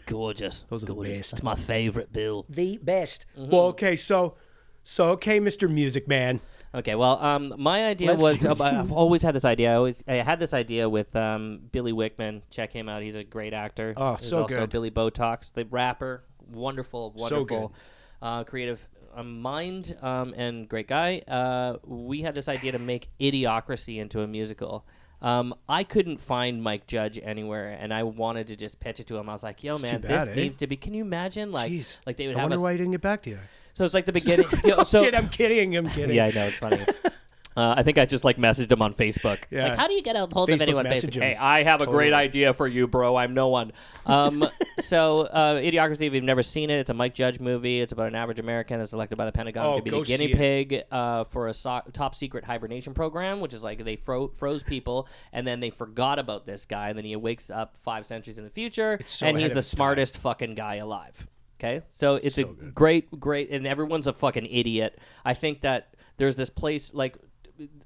[SPEAKER 3] gorgeous.
[SPEAKER 4] Those are the
[SPEAKER 3] Gorgeous.
[SPEAKER 4] best.
[SPEAKER 3] That's my favorite bill. Mm-hmm.
[SPEAKER 4] The best. Well, okay, so, so okay, Mr. Music Man.
[SPEAKER 3] Okay, well, um, my idea was
[SPEAKER 4] Let's-
[SPEAKER 3] uh, I've always had this idea. I always I had this idea with um, Billy Wickman. Check him out; he's a great actor.
[SPEAKER 4] Oh,
[SPEAKER 3] There's
[SPEAKER 4] so
[SPEAKER 3] also
[SPEAKER 4] good.
[SPEAKER 3] Billy Botox, the rapper, wonderful,
[SPEAKER 4] good.
[SPEAKER 3] wonderful, uh, creative uh, mind um, and great guy. Uh, we had this idea to make Idiocracy into a musical. Um, I couldn't find Mike Judge anywhere, and I wanted to just pitch it to him. I was like, "Yo, man,
[SPEAKER 4] too
[SPEAKER 3] this
[SPEAKER 4] bad, eh?
[SPEAKER 3] needs to be." Can you imagine? Like,
[SPEAKER 4] Jeez.
[SPEAKER 3] like they would
[SPEAKER 4] I
[SPEAKER 3] have
[SPEAKER 4] wonder
[SPEAKER 3] us.
[SPEAKER 4] why you didn't get back to you.
[SPEAKER 3] So it's like the beginning. Yo, so
[SPEAKER 4] Kid, I'm kidding. I'm kidding.
[SPEAKER 3] yeah, I know it's funny. uh, I think I just like messaged him on Facebook.
[SPEAKER 4] Yeah.
[SPEAKER 3] Like, how do you get a hold
[SPEAKER 4] Facebook
[SPEAKER 3] of anyone?
[SPEAKER 4] message
[SPEAKER 3] Facebook?
[SPEAKER 4] him.
[SPEAKER 3] Hey, I have a great idea for you, bro. I'm no one. Um, so, uh, Idiocracy. If you've never seen it, it's a Mike Judge movie. It's about an average American that's elected by the Pentagon
[SPEAKER 4] Oh,
[SPEAKER 3] to be
[SPEAKER 4] go
[SPEAKER 3] the guinea
[SPEAKER 4] see it.
[SPEAKER 3] pig uh, for a so- top secret hibernation program, which is like they fro- froze people and then they forgot about this guy, and then he wakes up five centuries in the future,
[SPEAKER 4] so
[SPEAKER 3] and
[SPEAKER 4] ahead
[SPEAKER 3] he's
[SPEAKER 4] of
[SPEAKER 3] the
[SPEAKER 4] its time.
[SPEAKER 3] smartest fucking guy alive. Okay, so it's a
[SPEAKER 4] So good.
[SPEAKER 3] great, great, and everyone's a fucking idiot. I think that there's this place like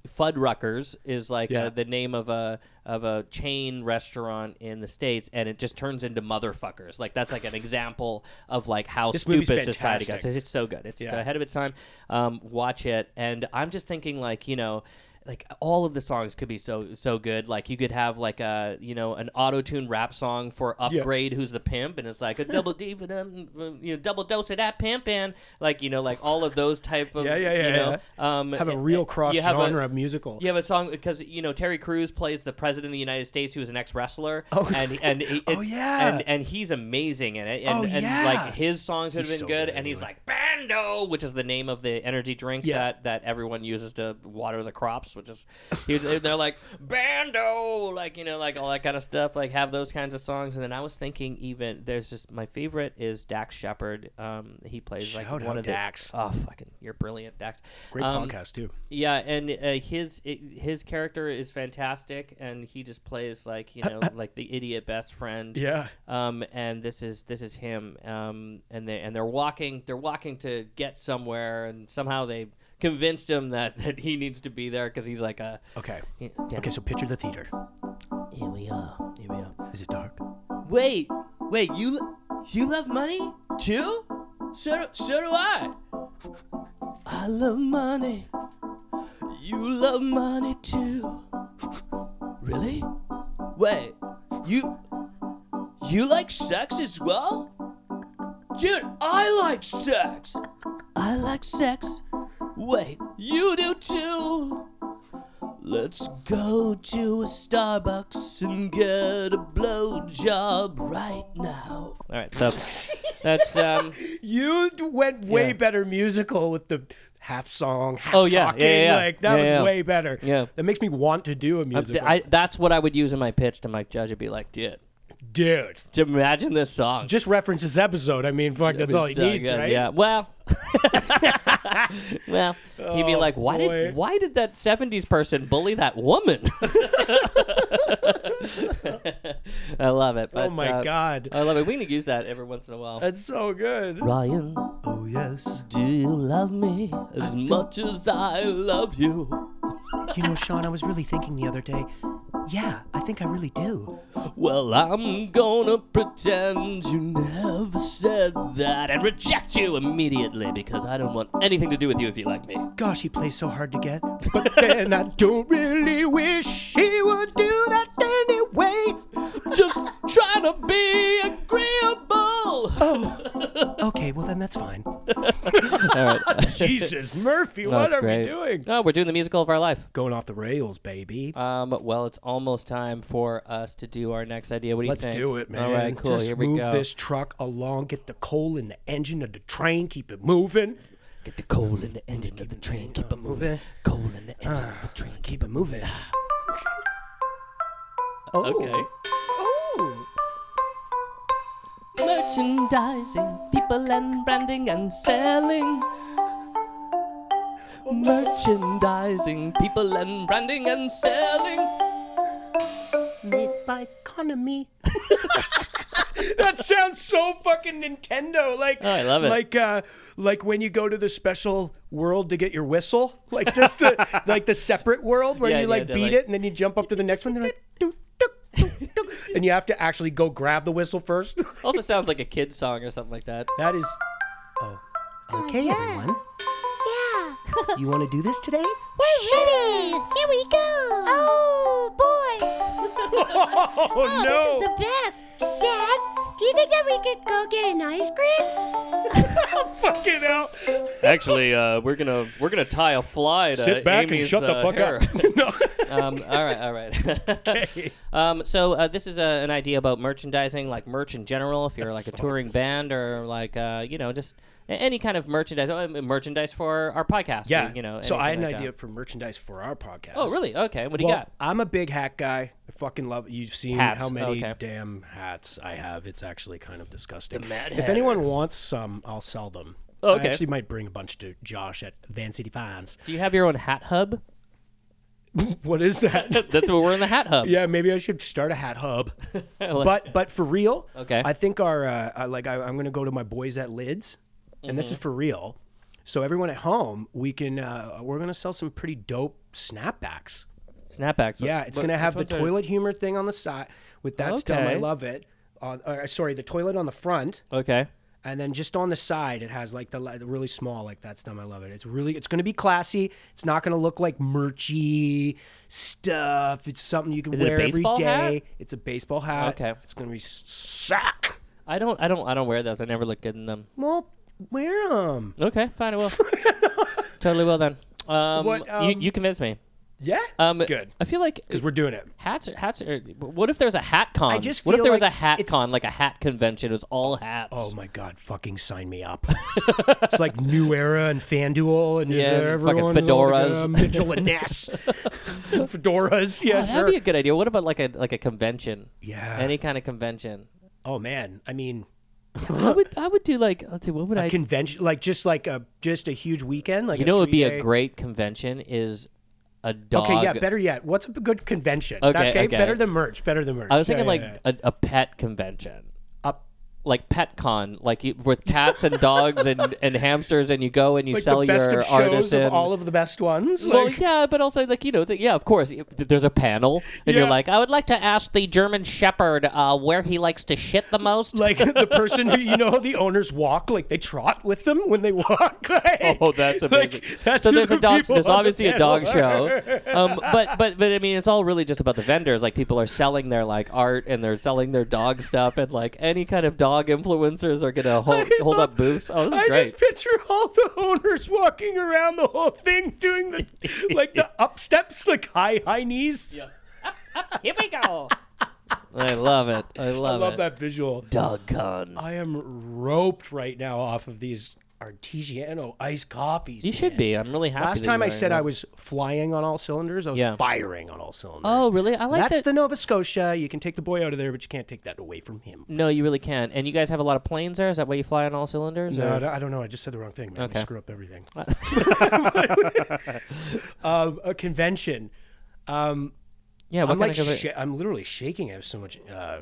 [SPEAKER 3] Fuddruckers is like
[SPEAKER 4] Yeah.
[SPEAKER 3] uh the name of a of a chain restaurant in the states, and it just turns into motherfuckers. Like that's like an example of like how
[SPEAKER 4] This movie's
[SPEAKER 3] stupid society got.
[SPEAKER 4] fantastic.
[SPEAKER 3] It's it's so good. It's uh,
[SPEAKER 4] Yeah.
[SPEAKER 3] ahead of its time. Um, watch it, and I'm just thinking like you know. Like all of the songs could be so so good. Like you could have like a you know an auto tune rap song for Upgrade, who's the pimp, and it's like a double D for them, you know, double dose of that pimp, and like you know like all of those type of
[SPEAKER 4] Yeah, yeah, yeah,
[SPEAKER 3] you know, Um,
[SPEAKER 4] Have a
[SPEAKER 3] and-
[SPEAKER 4] real
[SPEAKER 3] and
[SPEAKER 4] cross
[SPEAKER 3] you have a-
[SPEAKER 4] genre musical.
[SPEAKER 3] you have a song because you know Terry Crews plays the president of the United States, who is an ex wrestler,
[SPEAKER 4] Oh.
[SPEAKER 3] and and he-
[SPEAKER 4] Oh,
[SPEAKER 3] it's,
[SPEAKER 4] yeah.
[SPEAKER 3] and and he's amazing in it, and,
[SPEAKER 4] Oh,
[SPEAKER 3] and
[SPEAKER 4] yeah.
[SPEAKER 3] like his songs would have
[SPEAKER 4] He's
[SPEAKER 3] been
[SPEAKER 4] so
[SPEAKER 3] good,
[SPEAKER 4] good
[SPEAKER 3] and he's
[SPEAKER 4] anyway.
[SPEAKER 3] like Bando, which is the name of the energy drink
[SPEAKER 4] Yeah.
[SPEAKER 3] that that everyone uses to water the crops, which is he was, they're like Bando, like you know, like all that kind of stuff, like have those kinds of songs, and then I was thinking even there's just my favorite is Dax Shepard, um, he plays like
[SPEAKER 4] Shout
[SPEAKER 3] one
[SPEAKER 4] out
[SPEAKER 3] of the
[SPEAKER 4] Dax.
[SPEAKER 3] oh fucking you're brilliant Dax,
[SPEAKER 4] Great
[SPEAKER 3] Um,
[SPEAKER 4] podcast too.
[SPEAKER 3] yeah, and uh, his i his character is fantastic, and he just plays like you know like the idiot best friend.
[SPEAKER 4] Uh, Yeah.
[SPEAKER 3] Um, and this is this is him. Um, and they and they're walking they're walking to get somewhere, and somehow they convinced him that that he needs to be there because he's like a.
[SPEAKER 4] Okay.
[SPEAKER 3] Yeah, yeah.
[SPEAKER 4] Okay, so picture the theater.
[SPEAKER 3] Here we are. Here we are.
[SPEAKER 4] Is it dark?
[SPEAKER 3] Wait, wait. You lo- you love money too? So do, so do I. I love money. You love money too. Really? Wait, you you like sex as well? Dude, I like sex. I like sex. Wait, you do too. Let's go to a Starbucks and get a blowjob right now. All right, so that's um.
[SPEAKER 4] You d- went way
[SPEAKER 3] Yeah.
[SPEAKER 4] better musical with the half song, half
[SPEAKER 3] Oh, yeah,
[SPEAKER 4] talking.
[SPEAKER 3] yeah, yeah,
[SPEAKER 4] Like that
[SPEAKER 3] yeah,
[SPEAKER 4] was
[SPEAKER 3] yeah.
[SPEAKER 4] way better.
[SPEAKER 3] Yeah.
[SPEAKER 4] That makes me want to do a
[SPEAKER 3] Th-
[SPEAKER 4] musical.
[SPEAKER 3] I, that's what I would use in my pitch to Mike Judge. I'd be like, dude,
[SPEAKER 4] Dude.
[SPEAKER 3] to imagine this song.
[SPEAKER 4] Just reference this episode. I mean, fuck, that's all he
[SPEAKER 3] It's so
[SPEAKER 4] needs,
[SPEAKER 3] good,
[SPEAKER 4] right?
[SPEAKER 3] Yeah. Well. well, he'd be
[SPEAKER 4] Oh,
[SPEAKER 3] like, "Why
[SPEAKER 4] boy.
[SPEAKER 3] did why did that '70s person bully that woman?" I love it.
[SPEAKER 4] Oh
[SPEAKER 3] But,
[SPEAKER 4] my
[SPEAKER 3] uh,
[SPEAKER 4] god.
[SPEAKER 3] I love it. We need to use that every once in a while.
[SPEAKER 4] that's so good.
[SPEAKER 3] Ryan,
[SPEAKER 4] Oh yes.
[SPEAKER 3] do you love me as much as I love you?
[SPEAKER 4] You know, Sean, I was really thinking the other day. Yeah, I think I really do.
[SPEAKER 3] Well, I'm gonna pretend you never said that and reject you immediately because I don't want anything to do with you if you like me.
[SPEAKER 4] Gosh, he plays so hard to get. But then I don't really wish he would do that anyway.
[SPEAKER 3] Just trying to be agreeable. Um,
[SPEAKER 4] Okay, well then that's fine.
[SPEAKER 3] All right.
[SPEAKER 4] Jesus Murphy, what are we doing?
[SPEAKER 3] No, we're doing the musical of our life.
[SPEAKER 4] Going off the rails, baby.
[SPEAKER 3] Um, well, it's almost time for us to do our next idea. What do you
[SPEAKER 4] Let's
[SPEAKER 3] think?
[SPEAKER 4] do it, man.
[SPEAKER 3] All right, cool.
[SPEAKER 4] Just
[SPEAKER 3] Here we
[SPEAKER 4] move
[SPEAKER 3] go.
[SPEAKER 4] this truck along. Get the coal in the engine of the train. Keep it moving.
[SPEAKER 3] Get the coal in the engine of the train. Keep it moving.
[SPEAKER 4] Moving.
[SPEAKER 3] Coal in the engine of the train.
[SPEAKER 4] Uh, Keep it moving. Oh.
[SPEAKER 3] Okay.
[SPEAKER 4] Oh.
[SPEAKER 3] Merchandising, people and branding and selling. Merchandising, people and branding and selling.
[SPEAKER 4] Made by economy. that sounds so fucking Nintendo. Like
[SPEAKER 3] Oh, I love it.
[SPEAKER 4] Like uh, like when you go to the special world to get your whistle. Like just the like the separate world where
[SPEAKER 3] Yeah,
[SPEAKER 4] you
[SPEAKER 3] yeah,
[SPEAKER 4] like
[SPEAKER 3] they're
[SPEAKER 4] beat
[SPEAKER 3] like-
[SPEAKER 4] it and then you jump up to the next one. They're like. "Doot, doot, doot, doot," And you have to actually go grab the whistle first.
[SPEAKER 3] Also sounds like a kid's song or something like that.
[SPEAKER 4] That is. Oh. Okay, everyone.
[SPEAKER 6] Yeah.
[SPEAKER 4] you want to do this today?
[SPEAKER 6] Here we go. Oh boy.
[SPEAKER 4] Oh,
[SPEAKER 6] This is the best. Dad, do you think that we could go get an ice cream?
[SPEAKER 4] fucking hell!
[SPEAKER 3] Actually, uh, we're gonna we're gonna tie a fly to
[SPEAKER 4] Sit back and
[SPEAKER 3] Amy's,
[SPEAKER 4] shut the
[SPEAKER 3] uh,
[SPEAKER 4] fuck
[SPEAKER 3] hair.
[SPEAKER 4] up. no.
[SPEAKER 3] um, all right, all right. um, so uh, this is uh, an idea about merchandising, like merch in general. If you're like a touring band or like uh, you know just a- any kind of merchandise, oh, uh, merchandise for our podcast.
[SPEAKER 4] Yeah,
[SPEAKER 3] you know.
[SPEAKER 4] So I had
[SPEAKER 3] anything
[SPEAKER 4] an
[SPEAKER 3] like
[SPEAKER 4] idea
[SPEAKER 3] That.
[SPEAKER 4] for merchandise for our podcast.
[SPEAKER 3] Oh, really? Okay. What do you
[SPEAKER 4] Well,
[SPEAKER 3] got?
[SPEAKER 4] I'm a big hat guy. I fucking love. You've seen
[SPEAKER 3] Hats,
[SPEAKER 4] how many
[SPEAKER 3] okay.
[SPEAKER 4] damn hats I have. It's actually kind of disgusting.
[SPEAKER 3] Mad
[SPEAKER 4] if
[SPEAKER 3] Hatter.
[SPEAKER 4] anyone wants some, I'll sell them.
[SPEAKER 3] Oh,
[SPEAKER 4] I
[SPEAKER 3] okay.
[SPEAKER 4] actually might bring a bunch to Josh at Van City Fans.
[SPEAKER 3] Do you have your own hat hub?
[SPEAKER 4] What is that?
[SPEAKER 3] That's what we're in the hat hub.
[SPEAKER 4] yeah, maybe I should start a hat hub. but but for real,
[SPEAKER 3] Okay.
[SPEAKER 4] I think our uh, I, like I, I'm gonna go to my boys at Lids, and
[SPEAKER 3] Mm-hmm.
[SPEAKER 4] this is for real. So everyone at home, we can uh, we're gonna sell some pretty dope snapbacks.
[SPEAKER 3] Snapbacks.
[SPEAKER 4] Yeah, it's going to have the toilet humor thing on the side with that stem. I
[SPEAKER 3] Okay.
[SPEAKER 4] love it. On, or, sorry, the toilet on the front,
[SPEAKER 3] Okay.
[SPEAKER 4] and then just on the side, it has like the li- the really small like that stem. I love it. It's really it's going to be classy. It's not going to look like merchy stuff. It's something you can
[SPEAKER 3] Is it a
[SPEAKER 4] wear every
[SPEAKER 3] baseball
[SPEAKER 4] day.
[SPEAKER 3] hat?
[SPEAKER 4] It's a baseball hat.
[SPEAKER 3] Okay.
[SPEAKER 4] it's going to be s- sack.
[SPEAKER 3] I don't. I don't. I don't wear those. I never look good in them.
[SPEAKER 4] Well, wear them.
[SPEAKER 3] Okay. Fine. I will. totally will then. Um,
[SPEAKER 4] What,
[SPEAKER 3] you,
[SPEAKER 4] um,
[SPEAKER 3] you convinced me.
[SPEAKER 4] Yeah,
[SPEAKER 3] Um,
[SPEAKER 4] Good.
[SPEAKER 3] I feel like
[SPEAKER 4] because we're doing it.
[SPEAKER 3] Hats are hats are. What if there's a hat con?
[SPEAKER 4] I just
[SPEAKER 3] what if
[SPEAKER 4] feel
[SPEAKER 3] there was
[SPEAKER 4] like
[SPEAKER 3] a hat
[SPEAKER 4] it's-
[SPEAKER 3] con, like a hat convention? It was all hats.
[SPEAKER 4] Oh my god, fucking sign me up. it's like New Era and FanDuel and just
[SPEAKER 3] Yeah, and fucking
[SPEAKER 4] everyone with,
[SPEAKER 3] fedoras.
[SPEAKER 4] uh, Mitchell and Ness. fedoras, yeah,
[SPEAKER 3] Oh, that'd
[SPEAKER 4] sure.
[SPEAKER 3] be a good idea. What about like a like a convention?
[SPEAKER 4] Yeah.
[SPEAKER 3] Any kind of convention.
[SPEAKER 4] oh man, I mean
[SPEAKER 3] I would I would do like let's see what would I
[SPEAKER 4] convention like just like a just a huge weekend like
[SPEAKER 3] You
[SPEAKER 4] a
[SPEAKER 3] know it would be a
[SPEAKER 4] three-day-
[SPEAKER 3] great convention is a dog.
[SPEAKER 4] Okay, yeah, better yet. What's a good convention?
[SPEAKER 3] Okay, okay.
[SPEAKER 4] better than merch, better than merch.
[SPEAKER 3] I was
[SPEAKER 4] Yeah,
[SPEAKER 3] thinking
[SPEAKER 4] yeah,
[SPEAKER 3] like
[SPEAKER 4] yeah.
[SPEAKER 3] A, a pet convention.
[SPEAKER 4] Up-
[SPEAKER 3] Like pet con, like you, with cats and dogs and, and hamsters, and you go and you
[SPEAKER 4] like
[SPEAKER 3] sell
[SPEAKER 4] the best
[SPEAKER 3] your
[SPEAKER 4] of shows
[SPEAKER 3] artisan.
[SPEAKER 4] of all of the best ones.
[SPEAKER 3] Well,
[SPEAKER 4] like-
[SPEAKER 3] yeah, but also like you know, it's like, yeah, of course. y- There's a panel, and you're
[SPEAKER 4] Yeah.
[SPEAKER 3] like, I would like to ask the German Shepherd uh, where he likes to shit the most.
[SPEAKER 4] like the person who you know how the owners walk like they trot with them when they walk like-
[SPEAKER 3] Oh, that's amazing.
[SPEAKER 4] like, that's
[SPEAKER 3] so
[SPEAKER 4] who
[SPEAKER 3] there's
[SPEAKER 4] the
[SPEAKER 3] a dog.
[SPEAKER 4] people
[SPEAKER 3] There's
[SPEAKER 4] on the
[SPEAKER 3] obviously a
[SPEAKER 4] panel
[SPEAKER 3] dog
[SPEAKER 4] are.
[SPEAKER 3] show, um, but but but I mean, it's all really just about the vendors. Like people are selling their like art and they're selling their dog stuff, and like any kind of dog influencers are gonna hold,
[SPEAKER 4] I
[SPEAKER 3] hold
[SPEAKER 4] love-
[SPEAKER 3] up booths. Oh, this is
[SPEAKER 4] I
[SPEAKER 3] great.
[SPEAKER 4] just picture all the owners walking around the whole thing, doing the like the up steps, like high high knees.
[SPEAKER 5] Here we go.
[SPEAKER 3] I love it. I love,
[SPEAKER 4] I love
[SPEAKER 3] it.
[SPEAKER 4] that visual.
[SPEAKER 3] dog con.
[SPEAKER 4] I am roped right now off of these artigiano iced coffees.
[SPEAKER 3] You should
[SPEAKER 4] man.
[SPEAKER 3] be. I'm really happy.
[SPEAKER 4] Last
[SPEAKER 3] that
[SPEAKER 4] time
[SPEAKER 3] you
[SPEAKER 4] I
[SPEAKER 3] are.
[SPEAKER 4] said I was flying on all cylinders, I was
[SPEAKER 3] Yeah.
[SPEAKER 4] firing on all cylinders.
[SPEAKER 3] Oh, really? I like
[SPEAKER 4] That's
[SPEAKER 3] that-
[SPEAKER 4] the Nova Scotia. You can take the boy out of there, but you can't take that away from him.
[SPEAKER 3] No, you really can. And you guys have a lot of planes there. Is that why you fly on all cylinders?
[SPEAKER 4] No,
[SPEAKER 3] or-
[SPEAKER 4] I don't- I don't know. I just said the wrong thing. Man.
[SPEAKER 3] Okay.
[SPEAKER 4] I screw up everything. um, a convention.
[SPEAKER 3] Yeah, what
[SPEAKER 4] I'm
[SPEAKER 3] kind of
[SPEAKER 4] like,
[SPEAKER 3] conver-
[SPEAKER 4] sha- I'm literally shaking. I have so much. Uh,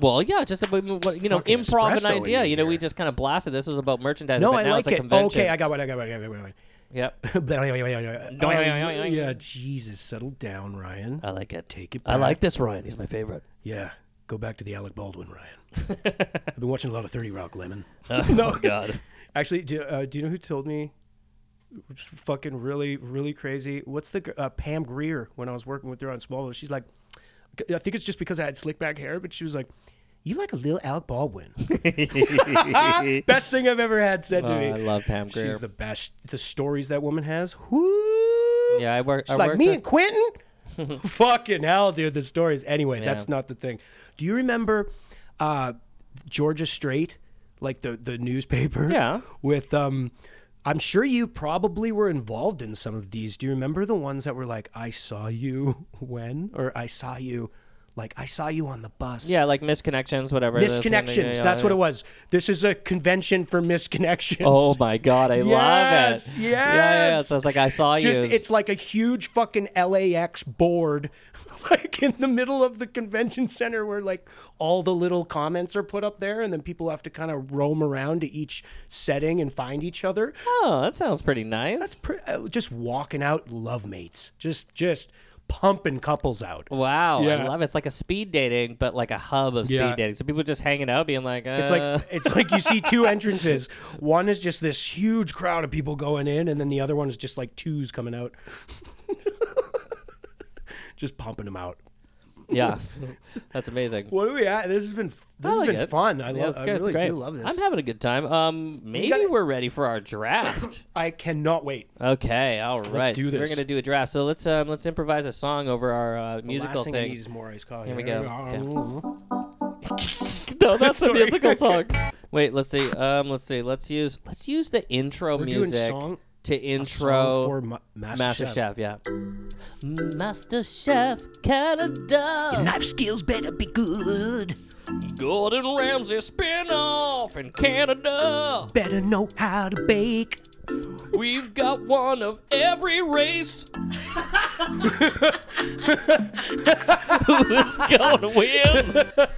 [SPEAKER 3] Well, yeah, just about, you know,
[SPEAKER 4] Fucking
[SPEAKER 3] improv an
[SPEAKER 4] espresso in
[SPEAKER 3] idea. You know, we
[SPEAKER 4] here.
[SPEAKER 3] just kind of blasted. This was about merchandise.
[SPEAKER 4] no,
[SPEAKER 3] but
[SPEAKER 4] I
[SPEAKER 3] now
[SPEAKER 4] like
[SPEAKER 3] it's a
[SPEAKER 4] it.
[SPEAKER 3] Convention.
[SPEAKER 4] Okay, I got one. I got one. I got one. I
[SPEAKER 3] Yep,
[SPEAKER 4] got one. Um, yeah, Jesus, settle down, Ryan.
[SPEAKER 3] I like it.
[SPEAKER 4] Take it
[SPEAKER 3] I
[SPEAKER 4] back.
[SPEAKER 3] like this Ryan. He's my favorite.
[SPEAKER 4] Yeah, go back to the Alec Baldwin, Ryan. I've been watching a lot of Thirty Rock, Lemon.
[SPEAKER 3] Oh God.
[SPEAKER 4] Actually, do, uh, do you know who told me? Which is fucking really, really crazy. What's the gr- uh, Pam Greer when I was working with her on Smallville? She's like, I think it's just because I had slick back hair, but she was like, "You like a little Alec Baldwin." best thing I've ever had said to me.
[SPEAKER 3] Oh, I love Pam Grier.
[SPEAKER 4] She's the best. The stories that woman has. Whoo!
[SPEAKER 3] Yeah, I work.
[SPEAKER 4] She's
[SPEAKER 3] I
[SPEAKER 4] like
[SPEAKER 3] work
[SPEAKER 4] me
[SPEAKER 3] with-
[SPEAKER 4] and Quentin. Fucking hell, dude. The stories. Anyway, that's not the thing. Do you remember uh, Georgia Strait, like the the newspaper?
[SPEAKER 3] Yeah.
[SPEAKER 4] With um, I'm sure you probably were involved in some of these. Do you remember the ones that were like, "I saw you when," or "I saw you," like "I saw you on the bus."
[SPEAKER 3] yeah, like misconnections, whatever. those things. Yeah,
[SPEAKER 4] Misconnections.
[SPEAKER 3] yeah,
[SPEAKER 4] That's what it
[SPEAKER 3] yeah.
[SPEAKER 4] was. This is a convention for misconnections.
[SPEAKER 3] Oh my God, I
[SPEAKER 4] Yes,
[SPEAKER 3] love it. Yeah, yeah. yeah.
[SPEAKER 4] yes.
[SPEAKER 3] So it's like I saw
[SPEAKER 4] Just
[SPEAKER 3] you.
[SPEAKER 4] it's like a huge fucking LAX board, like in the middle of the convention center where like all the little comments are put up there, and then people have to kind of roam around to each setting and find each other.
[SPEAKER 3] oh, that sounds pretty nice.
[SPEAKER 4] That's pre- uh, just walking out love mates. Just just pumping couples out.
[SPEAKER 3] Wow, I
[SPEAKER 4] Yeah.
[SPEAKER 3] love it. It's like a speed dating, but like a hub of
[SPEAKER 4] Yeah.
[SPEAKER 3] speed dating. So people just hanging out, being like, uh,
[SPEAKER 4] It's like it's like you see two entrances. One is just this huge crowd of people going in, and then the other one is just like twos coming out, just pumping them out.
[SPEAKER 3] yeah, that's amazing.
[SPEAKER 4] What are we at? This has been
[SPEAKER 3] I
[SPEAKER 4] this has
[SPEAKER 3] like
[SPEAKER 4] been
[SPEAKER 3] it.
[SPEAKER 4] fun. I
[SPEAKER 3] Yeah,
[SPEAKER 4] love.
[SPEAKER 3] it's
[SPEAKER 4] I
[SPEAKER 3] good, it's
[SPEAKER 4] really
[SPEAKER 3] great.
[SPEAKER 4] do love this.
[SPEAKER 3] I'm having a good time. Um, maybe
[SPEAKER 4] gotta-
[SPEAKER 3] we're ready for our draft.
[SPEAKER 4] I cannot wait.
[SPEAKER 3] okay, all right.
[SPEAKER 4] do
[SPEAKER 3] so We're
[SPEAKER 4] this.
[SPEAKER 3] gonna do a draft. So let's um, let's improvise a song over our uh, musical
[SPEAKER 4] Last thing I
[SPEAKER 3] thing.
[SPEAKER 4] need is Oh. more ice coffee.
[SPEAKER 3] Here we go. No, that's the musical song. Wait, let's see. Um, let's see. Let's use let's use the intro
[SPEAKER 4] We're doing
[SPEAKER 3] music
[SPEAKER 4] song-
[SPEAKER 3] to
[SPEAKER 4] Song for
[SPEAKER 3] intro
[SPEAKER 4] Ma- Master,
[SPEAKER 3] Master
[SPEAKER 4] Chef.
[SPEAKER 3] Chef. Yeah. Master Chef Canada.
[SPEAKER 4] Life skills better be good.
[SPEAKER 3] Gordon Ramsay spin-off in Canada.
[SPEAKER 4] Better know how to bake.
[SPEAKER 3] We've got one of every race. Who's going to win?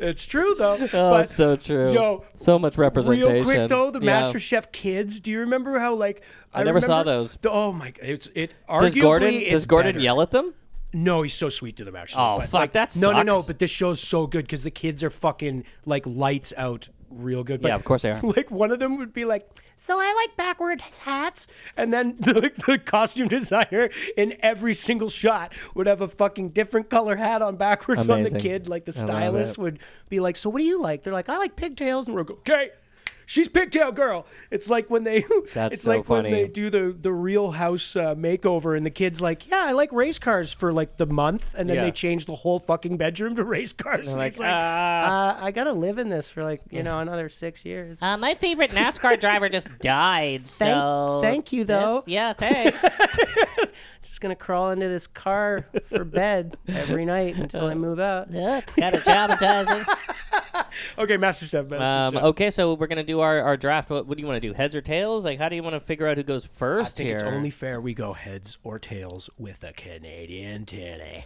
[SPEAKER 4] It's true though.
[SPEAKER 3] Oh,
[SPEAKER 4] but
[SPEAKER 3] it's so true.
[SPEAKER 4] yo,
[SPEAKER 3] so much representation.
[SPEAKER 4] Real quick though, the
[SPEAKER 3] Yeah.
[SPEAKER 4] Master Chef kids. Do you remember how like I,
[SPEAKER 3] never saw
[SPEAKER 4] remember
[SPEAKER 3] those.
[SPEAKER 4] the- oh my, it's it.
[SPEAKER 3] Does
[SPEAKER 4] arguably,
[SPEAKER 3] Gordon
[SPEAKER 4] it's
[SPEAKER 3] does Gordon
[SPEAKER 4] better.
[SPEAKER 3] yell at them?
[SPEAKER 4] No, he's so sweet to them actually.
[SPEAKER 3] Oh,
[SPEAKER 4] but,
[SPEAKER 3] fuck,
[SPEAKER 4] like,
[SPEAKER 3] that
[SPEAKER 4] No, no, no.
[SPEAKER 3] sucks.
[SPEAKER 4] But this show's so good because the kids are fucking like lights out, real good. But,
[SPEAKER 3] Yeah, of course they are.
[SPEAKER 4] Like one of them would be like, "So I like backward hats," and then the, the costume designer in every single shot would have a fucking different color hat on backwards on the
[SPEAKER 3] Amazing.
[SPEAKER 4] kid. Like the
[SPEAKER 3] I love
[SPEAKER 4] stylist
[SPEAKER 3] it.
[SPEAKER 4] would be like, "So what do you like?" They're like, "I like pigtails," and we're go, "Okay." She's pigtail girl. It's like when they,
[SPEAKER 3] That's
[SPEAKER 4] it's
[SPEAKER 3] so
[SPEAKER 4] like
[SPEAKER 3] funny.
[SPEAKER 4] when they do the the Real House uh, makeover, and the kid's like, "Yeah, I like race cars for like the month," and then
[SPEAKER 3] Yeah.
[SPEAKER 4] they change the whole fucking bedroom to race cars. And
[SPEAKER 3] like,
[SPEAKER 4] he's like,
[SPEAKER 3] "Ah."
[SPEAKER 4] uh, "I gotta live in this for like you know another six years."
[SPEAKER 5] Uh, my favorite NASCAR driver just died,
[SPEAKER 4] Thank,
[SPEAKER 3] Oh,
[SPEAKER 5] so.
[SPEAKER 4] thank you though.
[SPEAKER 5] This, yeah, thanks.
[SPEAKER 4] Just gonna crawl into this car for bed every night until I move out.
[SPEAKER 5] Ugh, got a job advertising.
[SPEAKER 4] Okay, Master Chef. Master
[SPEAKER 3] Um,
[SPEAKER 4] Chef.
[SPEAKER 3] okay, so we're gonna do our, our draft. What, what do you want to do? Heads or tails? Like, how do you want to figure out who goes
[SPEAKER 4] I
[SPEAKER 3] first
[SPEAKER 4] think
[SPEAKER 3] here?
[SPEAKER 4] it's only fair we go heads or tails with a Canadian titty.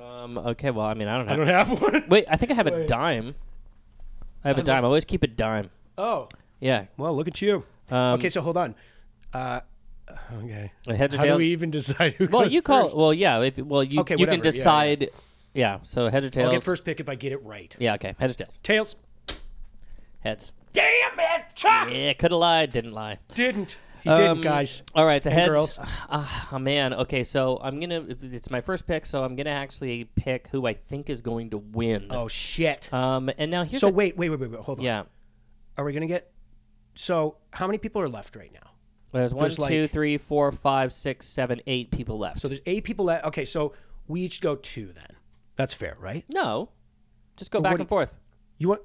[SPEAKER 3] um, okay, well, I mean, I don't
[SPEAKER 4] I
[SPEAKER 3] have.
[SPEAKER 4] don't have one.
[SPEAKER 3] Wait, I think I have a dime. I have a dime. I always keep a dime.
[SPEAKER 4] Oh,
[SPEAKER 3] Yeah.
[SPEAKER 4] well, look at you.
[SPEAKER 3] Um,
[SPEAKER 4] okay, so hold on. Uh, okay.
[SPEAKER 3] Heads or
[SPEAKER 4] How do
[SPEAKER 3] tails?
[SPEAKER 4] we even decide who
[SPEAKER 3] well,
[SPEAKER 4] goes
[SPEAKER 3] you call.
[SPEAKER 4] first?
[SPEAKER 3] Well, yeah. If, well, you
[SPEAKER 4] Okay,
[SPEAKER 3] you can
[SPEAKER 4] whatever, yeah, yeah.
[SPEAKER 3] decide. Yeah, So heads or tails?
[SPEAKER 4] I'll get first pick if I get it right.
[SPEAKER 3] Yeah. Okay. Heads or tails?
[SPEAKER 4] Tails.
[SPEAKER 3] Heads.
[SPEAKER 4] Damn it! Chuck
[SPEAKER 3] Yeah. Could have lied. Didn't lie.
[SPEAKER 4] didn't. He
[SPEAKER 3] Um,
[SPEAKER 4] didn't, guys.
[SPEAKER 3] All right, so heads.
[SPEAKER 4] girls.
[SPEAKER 3] Ah, ah, man. Okay, so I'm gonna. It's my first pick, so I'm gonna actually pick who I think is going to win.
[SPEAKER 4] Oh shit.
[SPEAKER 3] Um, and now here's
[SPEAKER 4] so
[SPEAKER 3] a-
[SPEAKER 4] wait, wait, wait, wait, wait. Hold on.
[SPEAKER 3] yeah.
[SPEAKER 4] Are we gonna get? So how many people are left right now?
[SPEAKER 3] There's one,
[SPEAKER 4] There's like-
[SPEAKER 3] two, three, four, five, six, seven, eight people left.
[SPEAKER 4] So there's eight people left. Okay, so we each go two then. That's fair, right?
[SPEAKER 3] no, just go
[SPEAKER 4] Well,
[SPEAKER 3] back
[SPEAKER 4] what
[SPEAKER 3] and
[SPEAKER 4] do-
[SPEAKER 3] forth.
[SPEAKER 4] You want?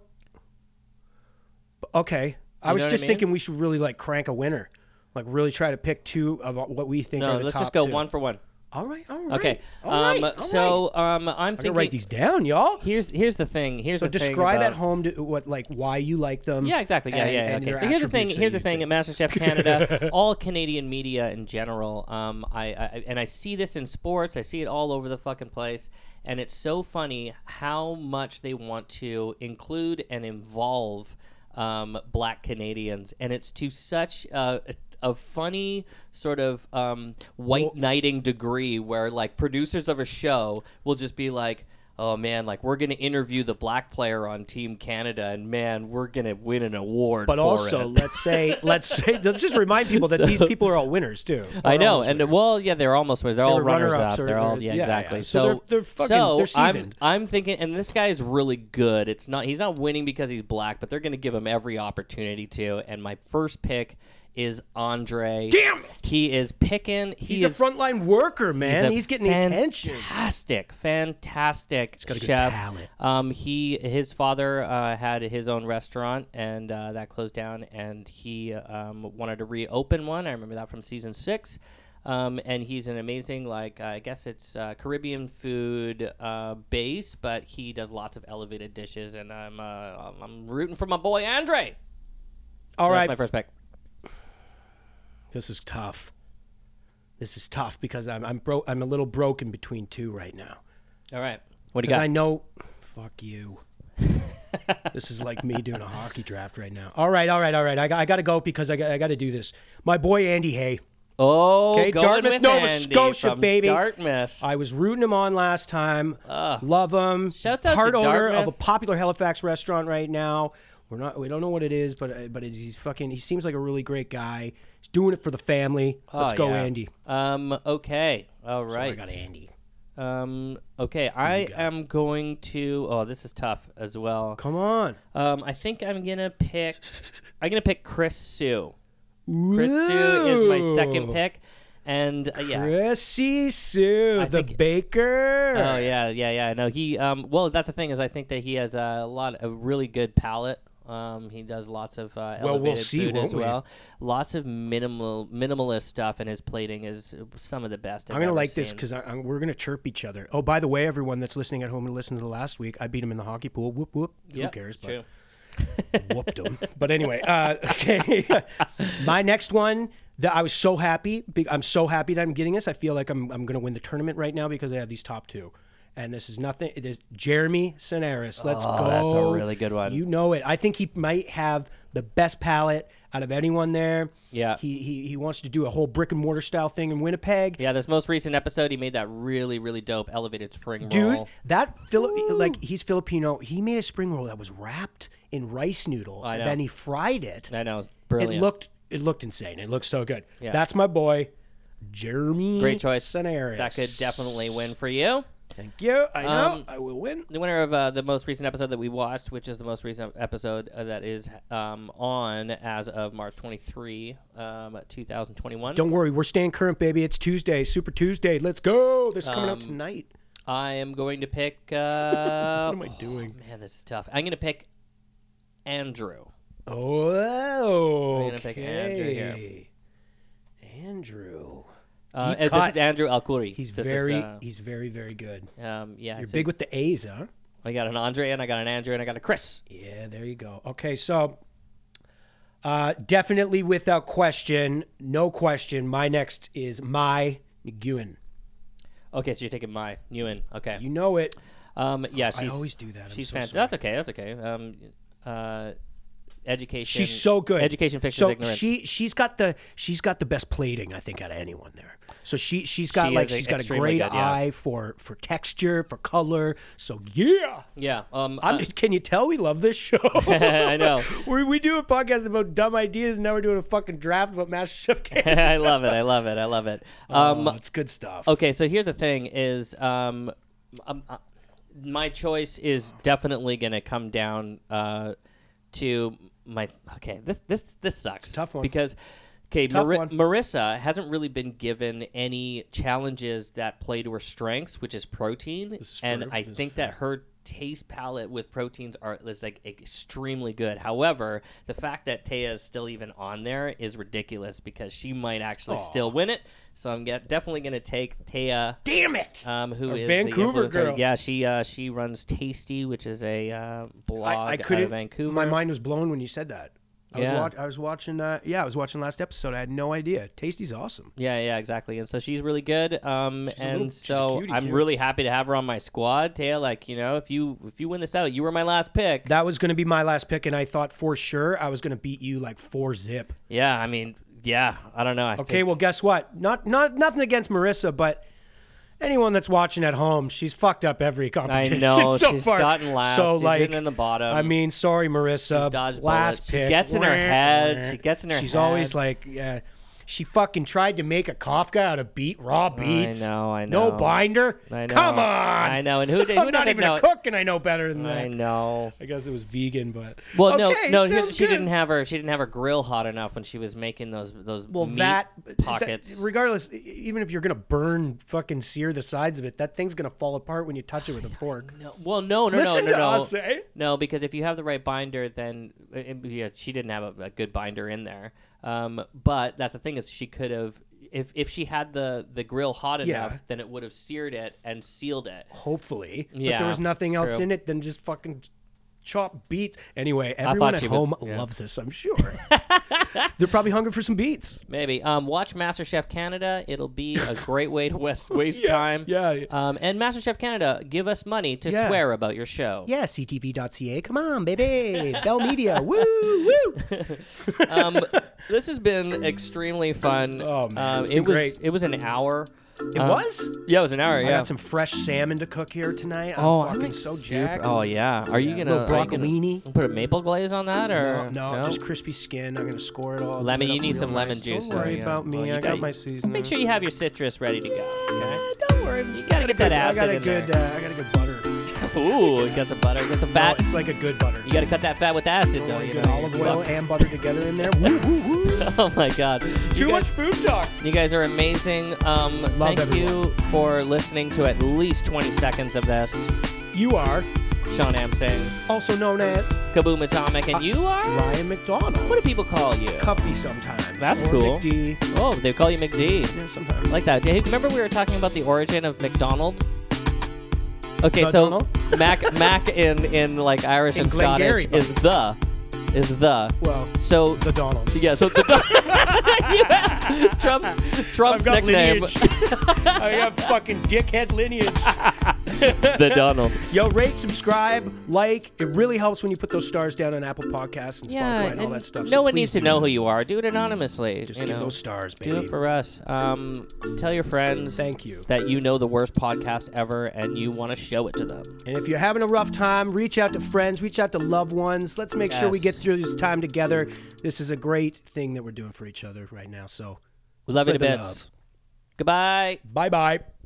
[SPEAKER 4] Okay. I
[SPEAKER 3] You
[SPEAKER 4] was
[SPEAKER 3] know what I
[SPEAKER 4] just
[SPEAKER 3] mean?
[SPEAKER 4] thinking we should really like crank a winner, like really try to pick two of what we think are
[SPEAKER 3] No,
[SPEAKER 4] the
[SPEAKER 3] let's just
[SPEAKER 4] top
[SPEAKER 3] go
[SPEAKER 4] two.
[SPEAKER 3] one for one.
[SPEAKER 4] All right. All right.
[SPEAKER 3] Okay.
[SPEAKER 4] All right.
[SPEAKER 3] um,
[SPEAKER 4] all right.
[SPEAKER 3] so um, I'm
[SPEAKER 4] I
[SPEAKER 3] thinking.
[SPEAKER 4] gotta write these down, y'all.
[SPEAKER 3] Here's here's the thing. Here's
[SPEAKER 4] So
[SPEAKER 3] the thing
[SPEAKER 4] describe
[SPEAKER 3] about-
[SPEAKER 4] at home to, what like why you like them.
[SPEAKER 3] Yeah, exactly. Yeah,
[SPEAKER 4] and-
[SPEAKER 3] yeah.
[SPEAKER 4] and
[SPEAKER 3] okay.
[SPEAKER 4] their
[SPEAKER 3] So here's the thing.
[SPEAKER 4] attributes that
[SPEAKER 3] Here's the
[SPEAKER 4] you
[SPEAKER 3] thing
[SPEAKER 4] think.
[SPEAKER 3] at MasterChef Canada, all Canadian media in general. Um, I, I and I see this in sports. I see it all over the fucking place, and it's so funny how much they want to include and involve um, Black Canadians, and it's to such a a funny sort of um, white knighting degree where like producers of a show will just be like oh man, like we're gonna interview the black player on Team Canada, and man, we're gonna win an award.
[SPEAKER 4] But
[SPEAKER 3] for
[SPEAKER 4] also,
[SPEAKER 3] it.
[SPEAKER 4] let's say, let's say, let's just remind people that these people are all winners too.
[SPEAKER 3] I
[SPEAKER 4] Or
[SPEAKER 3] know,
[SPEAKER 4] almost
[SPEAKER 3] and
[SPEAKER 4] winners.
[SPEAKER 3] well, yeah, they're almost winners. They're, all
[SPEAKER 4] They're
[SPEAKER 3] runners
[SPEAKER 4] runner-ups
[SPEAKER 3] up.
[SPEAKER 4] or-
[SPEAKER 3] They're all yeah,
[SPEAKER 4] yeah, yeah,
[SPEAKER 3] exactly.
[SPEAKER 4] yeah.
[SPEAKER 3] So,
[SPEAKER 4] So they're- they're fucking-
[SPEAKER 3] so
[SPEAKER 4] they're
[SPEAKER 3] I'm-
[SPEAKER 4] seasoned.
[SPEAKER 3] I'm, thinking, and this guy's really good. It's not he's not winning because he's black, but they're gonna give him every opportunity to. And my first pick is Andre.
[SPEAKER 4] Damn it!
[SPEAKER 3] he is picking. He
[SPEAKER 4] he's
[SPEAKER 3] is
[SPEAKER 4] a frontline worker, man.
[SPEAKER 3] a
[SPEAKER 4] He's, getting the attention.
[SPEAKER 3] Fantastic, fantastic
[SPEAKER 4] got a good
[SPEAKER 3] chef.
[SPEAKER 4] palate.
[SPEAKER 3] Um, he his father uh, had his own restaurant, and uh, that closed down. And he um, wanted to reopen one. I remember that from season six. Um, and he's an amazing, like I guess it's uh, Caribbean food uh, base, but he does lots of elevated dishes. And I'm uh, I'm- I'm rooting for my boy Andre.
[SPEAKER 4] All
[SPEAKER 3] That's
[SPEAKER 4] right,
[SPEAKER 3] my first pick.
[SPEAKER 4] this is tough. This is tough because I'm I'm bro- I'm a little broken between two right now.
[SPEAKER 3] All right, what do you
[SPEAKER 4] Because
[SPEAKER 3] got?
[SPEAKER 4] I know, fuck you. this is like me doing a hockey draft right now. All right, all right, all right. I got, I got to go because I got, I got to do this. My boy Andy Hay.
[SPEAKER 3] Oh,
[SPEAKER 4] Okay,
[SPEAKER 3] going
[SPEAKER 4] Dartmouth,
[SPEAKER 3] with
[SPEAKER 4] Nova
[SPEAKER 3] Andy
[SPEAKER 4] Scotia,
[SPEAKER 3] from
[SPEAKER 4] baby.
[SPEAKER 3] Dartmouth.
[SPEAKER 4] I was rooting him on last time. Love him.
[SPEAKER 3] Shouts
[SPEAKER 4] he's
[SPEAKER 3] out
[SPEAKER 4] part
[SPEAKER 3] to
[SPEAKER 4] owner of a
[SPEAKER 3] Dartmouth.
[SPEAKER 4] popular Halifax restaurant right now. We're not. We don't know what it is, but uh, but he's fucking. He seems like a really great guy. He's doing it for the family. Let's
[SPEAKER 3] Oh,
[SPEAKER 4] go,
[SPEAKER 3] yeah.
[SPEAKER 4] Andy.
[SPEAKER 3] Um. Okay. All right.
[SPEAKER 4] I got Andy.
[SPEAKER 3] Um. Okay. I am going to. Oh, this is tough as well.
[SPEAKER 4] Come on.
[SPEAKER 3] Um. I think I'm gonna pick. I'm gonna pick Chris Sue. Chris Sue is my second
[SPEAKER 4] Ooh.
[SPEAKER 3] pick, and uh, yeah.
[SPEAKER 4] Chrissy Sue, the
[SPEAKER 3] think-
[SPEAKER 4] baker.
[SPEAKER 3] Oh yeah, yeah, yeah. No, he. Um, well, that's the thing is, I think that he has a lot, a really good palate. Um, he does lots of uh, elevated
[SPEAKER 4] Well, we'll see,
[SPEAKER 3] food as
[SPEAKER 4] won't we?
[SPEAKER 3] well. Lots of minimal, minimalist stuff, and his plating is some of the best. I've
[SPEAKER 4] I'm gonna
[SPEAKER 3] ever
[SPEAKER 4] like this
[SPEAKER 3] seen.
[SPEAKER 4] because we're gonna chirp each other. Oh, by the way, everyone that's listening at home and listened to the last week, I beat him in the hockey pool. Whoop whoop.
[SPEAKER 3] Yep,
[SPEAKER 4] Who cares? but-
[SPEAKER 3] True.
[SPEAKER 4] whooped him. But anyway, uh, okay. My next one that I was so happy. be- I'm so happy that I'm getting this. I feel like I'm I'm going to win the tournament right now because I have these top two. And this is nothing. It is Jeremy Sinaris. Let's go.
[SPEAKER 3] Oh, that's a really good one.
[SPEAKER 4] You know it. I think he might have the best palette out of anyone there.
[SPEAKER 3] Yeah.
[SPEAKER 4] He he, he wants to do a whole brick and mortar style thing in Winnipeg.
[SPEAKER 3] Yeah, this most recent episode, he made that really, really dope elevated spring
[SPEAKER 4] Dude,
[SPEAKER 3] roll.
[SPEAKER 4] that Fili- like he's Filipino. He made a spring roll that was wrapped in rice noodle, and
[SPEAKER 3] know.
[SPEAKER 4] then he fried it.
[SPEAKER 3] I know, it's brilliant.
[SPEAKER 4] It looked it looked insane. It looked so good. That's my boy, Jeremy.
[SPEAKER 3] great choice.
[SPEAKER 4] Scenario.
[SPEAKER 3] That could Um, definitely win for you.
[SPEAKER 4] Thank you. I know. I will win.
[SPEAKER 3] the winner of uh, the most recent episode that we watched, which is the most recent episode uh, that is um, on as of March 23, um, 2021.
[SPEAKER 4] Don't worry, we're staying current, baby. It's Tuesday, Super Tuesday. Let's go. This is coming
[SPEAKER 3] Um,
[SPEAKER 4] out tonight.
[SPEAKER 3] I am going to pick. Uh,
[SPEAKER 4] What am I doing?
[SPEAKER 3] man, this is tough. I'm going to pick Andrew.
[SPEAKER 4] Oh,
[SPEAKER 3] gonna pick Andrew here.
[SPEAKER 4] okay. Andrew.
[SPEAKER 3] Uh,
[SPEAKER 4] Deep
[SPEAKER 3] uh, this
[SPEAKER 4] cut.
[SPEAKER 3] is Andrew Alcuri.
[SPEAKER 4] He's
[SPEAKER 3] This is,
[SPEAKER 4] very,
[SPEAKER 3] uh,
[SPEAKER 4] he's very, very good.
[SPEAKER 3] um, yeah,
[SPEAKER 4] You're
[SPEAKER 3] so
[SPEAKER 4] big with the A's, huh?
[SPEAKER 3] I got an Andre and I got an Andrew and I got a Chris.
[SPEAKER 4] Yeah, there you go. Okay, so uh, definitely without question, no question, my next is my Nguyen.
[SPEAKER 3] Okay, so you're taking my Ewan. Okay.
[SPEAKER 4] You know it.
[SPEAKER 3] Um, yeah, she's,
[SPEAKER 4] always do that. I'm
[SPEAKER 3] she's
[SPEAKER 4] so
[SPEAKER 3] fan-
[SPEAKER 4] sorry.
[SPEAKER 3] That's okay. That's okay. Um, uh, education.
[SPEAKER 4] She's so good.
[SPEAKER 3] Education fiction
[SPEAKER 4] So
[SPEAKER 3] is ignorance.
[SPEAKER 4] she she's got the she's got the best plating I think out of anyone there. So she she's got
[SPEAKER 3] She
[SPEAKER 4] like
[SPEAKER 3] is
[SPEAKER 4] she's got a
[SPEAKER 3] extremely
[SPEAKER 4] great
[SPEAKER 3] good, yeah.
[SPEAKER 4] eye for for texture for color. So yeah,
[SPEAKER 3] yeah. Um,
[SPEAKER 4] I'm, can you tell we love this show?
[SPEAKER 3] I know.
[SPEAKER 4] we we do a podcast about dumb ideas. Now we're doing a fucking draft about Master Chef. Canada.
[SPEAKER 3] I love it. I love it. I love it. Um,
[SPEAKER 4] oh, it's good stuff.
[SPEAKER 3] okay, so here's the thing: is um, um, uh, my choice is definitely going to come down uh, to my. Okay, this this this sucks.
[SPEAKER 4] tough one.
[SPEAKER 3] because. Okay,
[SPEAKER 4] Tough
[SPEAKER 3] Mari-
[SPEAKER 4] one.
[SPEAKER 3] Marissa hasn't really been given any challenges that play to her strengths, which is protein, and I think that her taste palette with proteins are is like extremely good. However, the fact that Taya is still even on there is ridiculous because she might actually still win it. So I'm get, definitely going to take Taya
[SPEAKER 4] Damn it.
[SPEAKER 3] um, who
[SPEAKER 4] Our
[SPEAKER 3] is
[SPEAKER 4] Vancouver
[SPEAKER 3] the influencer.
[SPEAKER 4] girl.
[SPEAKER 3] Yeah, she uh, she runs Tasty, which is a uh, blog out of Vancouver.
[SPEAKER 4] My mind was blown when you said that. I
[SPEAKER 3] Yeah.
[SPEAKER 4] was wa- I was watching. Uh, yeah, I was watching last episode. I had no idea. Tasty's awesome.
[SPEAKER 3] yeah, yeah, exactly. And so she's really good. Um,
[SPEAKER 4] a
[SPEAKER 3] and
[SPEAKER 4] little- she's a
[SPEAKER 3] so
[SPEAKER 4] cutie,
[SPEAKER 3] I'm
[SPEAKER 4] too.
[SPEAKER 3] really happy to have her on my squad. Taya, like you know, if you if you win this out, you were my last pick.
[SPEAKER 4] That was going to be my last pick, and I thought for sure I was going to beat you like four zip.
[SPEAKER 3] yeah, I mean, yeah, I don't know. I
[SPEAKER 4] Okay,
[SPEAKER 3] think-
[SPEAKER 4] well, guess what? Not not nothing against Marissa, but anyone that's watching at home, she's fucked up every
[SPEAKER 3] I
[SPEAKER 4] competition
[SPEAKER 3] know
[SPEAKER 4] so
[SPEAKER 3] she's
[SPEAKER 4] far.
[SPEAKER 3] gotten last.
[SPEAKER 4] So
[SPEAKER 3] she's
[SPEAKER 4] like,
[SPEAKER 3] sitting in the bottom.
[SPEAKER 4] I mean, sorry, Marissa.
[SPEAKER 3] dodged
[SPEAKER 4] last
[SPEAKER 3] bullets. She
[SPEAKER 4] pick
[SPEAKER 3] gets in her head. She gets in her
[SPEAKER 4] She's
[SPEAKER 3] head.
[SPEAKER 4] always like, yeah. She fucking tried to make a Kafka out of beet raw beets.
[SPEAKER 3] know, I
[SPEAKER 4] No
[SPEAKER 3] know.
[SPEAKER 4] binder.
[SPEAKER 3] I know.
[SPEAKER 4] Come on.
[SPEAKER 3] I know, and who did- who
[SPEAKER 4] I'm not
[SPEAKER 3] doesn't
[SPEAKER 4] even
[SPEAKER 3] know
[SPEAKER 4] a
[SPEAKER 3] it?
[SPEAKER 4] cook, and I know better than that.
[SPEAKER 3] I know.
[SPEAKER 4] I guess it was vegan, but
[SPEAKER 3] Well,
[SPEAKER 4] Okay,
[SPEAKER 3] no, no,
[SPEAKER 4] sounds
[SPEAKER 3] here's- she
[SPEAKER 4] good.
[SPEAKER 3] didn't have her. She didn't have her grill hot enough when she was making those those
[SPEAKER 4] Well,
[SPEAKER 3] meat
[SPEAKER 4] that
[SPEAKER 3] pockets.
[SPEAKER 4] that- regardless, e- even if you're gonna burn, fucking sear the sides of it, that thing's gonna fall apart when you touch it with a fork.
[SPEAKER 3] No, well, no, no,
[SPEAKER 4] Listen
[SPEAKER 3] no, no,
[SPEAKER 4] to
[SPEAKER 3] no.
[SPEAKER 4] us, eh?
[SPEAKER 3] No, because if you have the right binder, then it, it- yeah, she didn't have a, a good binder in there. Um, but that's the thing is she could have if if she had the the grill hot
[SPEAKER 4] Yeah.
[SPEAKER 3] enough, then it would have seared it and sealed it.
[SPEAKER 4] Hopefully, but
[SPEAKER 3] Yeah,
[SPEAKER 4] there was nothing
[SPEAKER 3] it's
[SPEAKER 4] else
[SPEAKER 3] true.
[SPEAKER 4] in it than just fucking chop beets. Anyway,
[SPEAKER 3] thought
[SPEAKER 4] everyone at
[SPEAKER 3] she was-
[SPEAKER 4] home
[SPEAKER 3] yeah.
[SPEAKER 4] loves this, I'm sure. They're probably hungry for some beets.
[SPEAKER 3] Maybe. Um, watch MasterChef Canada. It'll be a great way to waste, waste
[SPEAKER 4] Yeah,
[SPEAKER 3] time.
[SPEAKER 4] yeah, yeah.
[SPEAKER 3] Um, and MasterChef Canada, give us money to
[SPEAKER 4] Yeah.
[SPEAKER 3] swear about your show.
[SPEAKER 4] Yeah, ctv.ca. Come on, baby. Bell Media. Woo, woo.
[SPEAKER 3] Um, this has been extremely fun.
[SPEAKER 4] Oh, man,
[SPEAKER 3] Um,
[SPEAKER 4] it's
[SPEAKER 3] it
[SPEAKER 4] been
[SPEAKER 3] was
[SPEAKER 4] great.
[SPEAKER 3] it was an hour. Um,
[SPEAKER 4] It was?
[SPEAKER 3] Yeah, it was an hour.
[SPEAKER 4] I
[SPEAKER 3] yeah.
[SPEAKER 4] got some fresh salmon to cook here tonight. I'm
[SPEAKER 3] oh,
[SPEAKER 4] fucking
[SPEAKER 3] I'm
[SPEAKER 4] so
[SPEAKER 3] super-
[SPEAKER 4] jacked.
[SPEAKER 3] Oh yeah. Are you gonna
[SPEAKER 4] little
[SPEAKER 3] are you gonna
[SPEAKER 4] broccolini.
[SPEAKER 3] Put a maple glaze on that or
[SPEAKER 4] Oh, No, just crispy skin. I'm gonna score it all.
[SPEAKER 3] Lemon-
[SPEAKER 4] Give it
[SPEAKER 3] you
[SPEAKER 4] up
[SPEAKER 3] need
[SPEAKER 4] real
[SPEAKER 3] some lemon
[SPEAKER 4] nice.
[SPEAKER 3] juice,
[SPEAKER 4] Don't worry
[SPEAKER 3] though, yeah.
[SPEAKER 4] about me.
[SPEAKER 3] Well, you
[SPEAKER 4] I got,
[SPEAKER 3] got-
[SPEAKER 4] my seasoning.
[SPEAKER 3] Make sure you have your citrus ready to go. Okay.
[SPEAKER 4] don't worry. You
[SPEAKER 3] gotta get that
[SPEAKER 4] I
[SPEAKER 3] acid
[SPEAKER 4] got a
[SPEAKER 3] in
[SPEAKER 4] good.
[SPEAKER 3] there.
[SPEAKER 4] Uh, I got a good butter.
[SPEAKER 3] Ooh, you got some butter, you got some fat.
[SPEAKER 4] No, it's like a good butter.
[SPEAKER 3] you got to cut that fat with acid,
[SPEAKER 4] Don't
[SPEAKER 3] though.
[SPEAKER 4] worry,
[SPEAKER 3] You
[SPEAKER 4] good
[SPEAKER 3] know,
[SPEAKER 4] olive
[SPEAKER 3] you
[SPEAKER 4] oil and butter together in there. Woo, woo, woo.
[SPEAKER 3] fuck- Oh my god. You
[SPEAKER 4] Too
[SPEAKER 3] guys-
[SPEAKER 4] much food talk.
[SPEAKER 3] You guys are amazing. Um,
[SPEAKER 4] Love
[SPEAKER 3] thank you for listening to at least 20 seconds of this.
[SPEAKER 4] You are
[SPEAKER 3] Sean Amsing,
[SPEAKER 4] also known as
[SPEAKER 3] Kaboom Atomic,
[SPEAKER 4] Uh,
[SPEAKER 3] and you are?
[SPEAKER 4] Ryan McDonald.
[SPEAKER 3] What do people call you?
[SPEAKER 4] Cuffy sometimes.
[SPEAKER 3] That's
[SPEAKER 4] or
[SPEAKER 3] cool.
[SPEAKER 4] McD.
[SPEAKER 3] Oh, they call you McD.
[SPEAKER 4] Yeah, sometimes.
[SPEAKER 3] I like that. Hey, remember we were talking about the origin of McDonald? Okay,
[SPEAKER 4] McDonald?
[SPEAKER 3] so Mac Mac in, in like Irish
[SPEAKER 4] In
[SPEAKER 3] and Scottish
[SPEAKER 4] Glengarry, buddy.
[SPEAKER 3] is the is the.
[SPEAKER 4] Well,
[SPEAKER 3] So
[SPEAKER 4] the Donald.
[SPEAKER 3] yeah, so the yeah, Trump's Trump's nickname
[SPEAKER 4] I got fucking dickhead lineage.
[SPEAKER 3] the Donald.
[SPEAKER 4] Yo, rate, subscribe, like. It really helps when you put those stars down on Apple Podcasts and Spotify and all
[SPEAKER 3] and
[SPEAKER 4] that stuff.
[SPEAKER 3] No
[SPEAKER 4] so
[SPEAKER 3] one
[SPEAKER 4] please
[SPEAKER 3] needs to
[SPEAKER 4] do
[SPEAKER 3] know
[SPEAKER 4] it.
[SPEAKER 3] who you are. Do it anonymously.
[SPEAKER 4] Just
[SPEAKER 3] you
[SPEAKER 4] give
[SPEAKER 3] know.
[SPEAKER 4] those stars,
[SPEAKER 3] Do
[SPEAKER 4] baby.
[SPEAKER 3] it for us. Um, tell your friends.
[SPEAKER 4] Thank you.
[SPEAKER 3] That you know the worst podcast ever, and you want to show it to them.
[SPEAKER 4] And if you're having a rough time, reach out to friends, reach out to loved ones. Let's make sure we
[SPEAKER 3] Yes.
[SPEAKER 4] get through this time together. This is a great thing that we're doing for each other right now. So,
[SPEAKER 3] We love you to
[SPEAKER 4] Spread the
[SPEAKER 3] bits.
[SPEAKER 4] love.
[SPEAKER 3] Goodbye.
[SPEAKER 4] bye bye.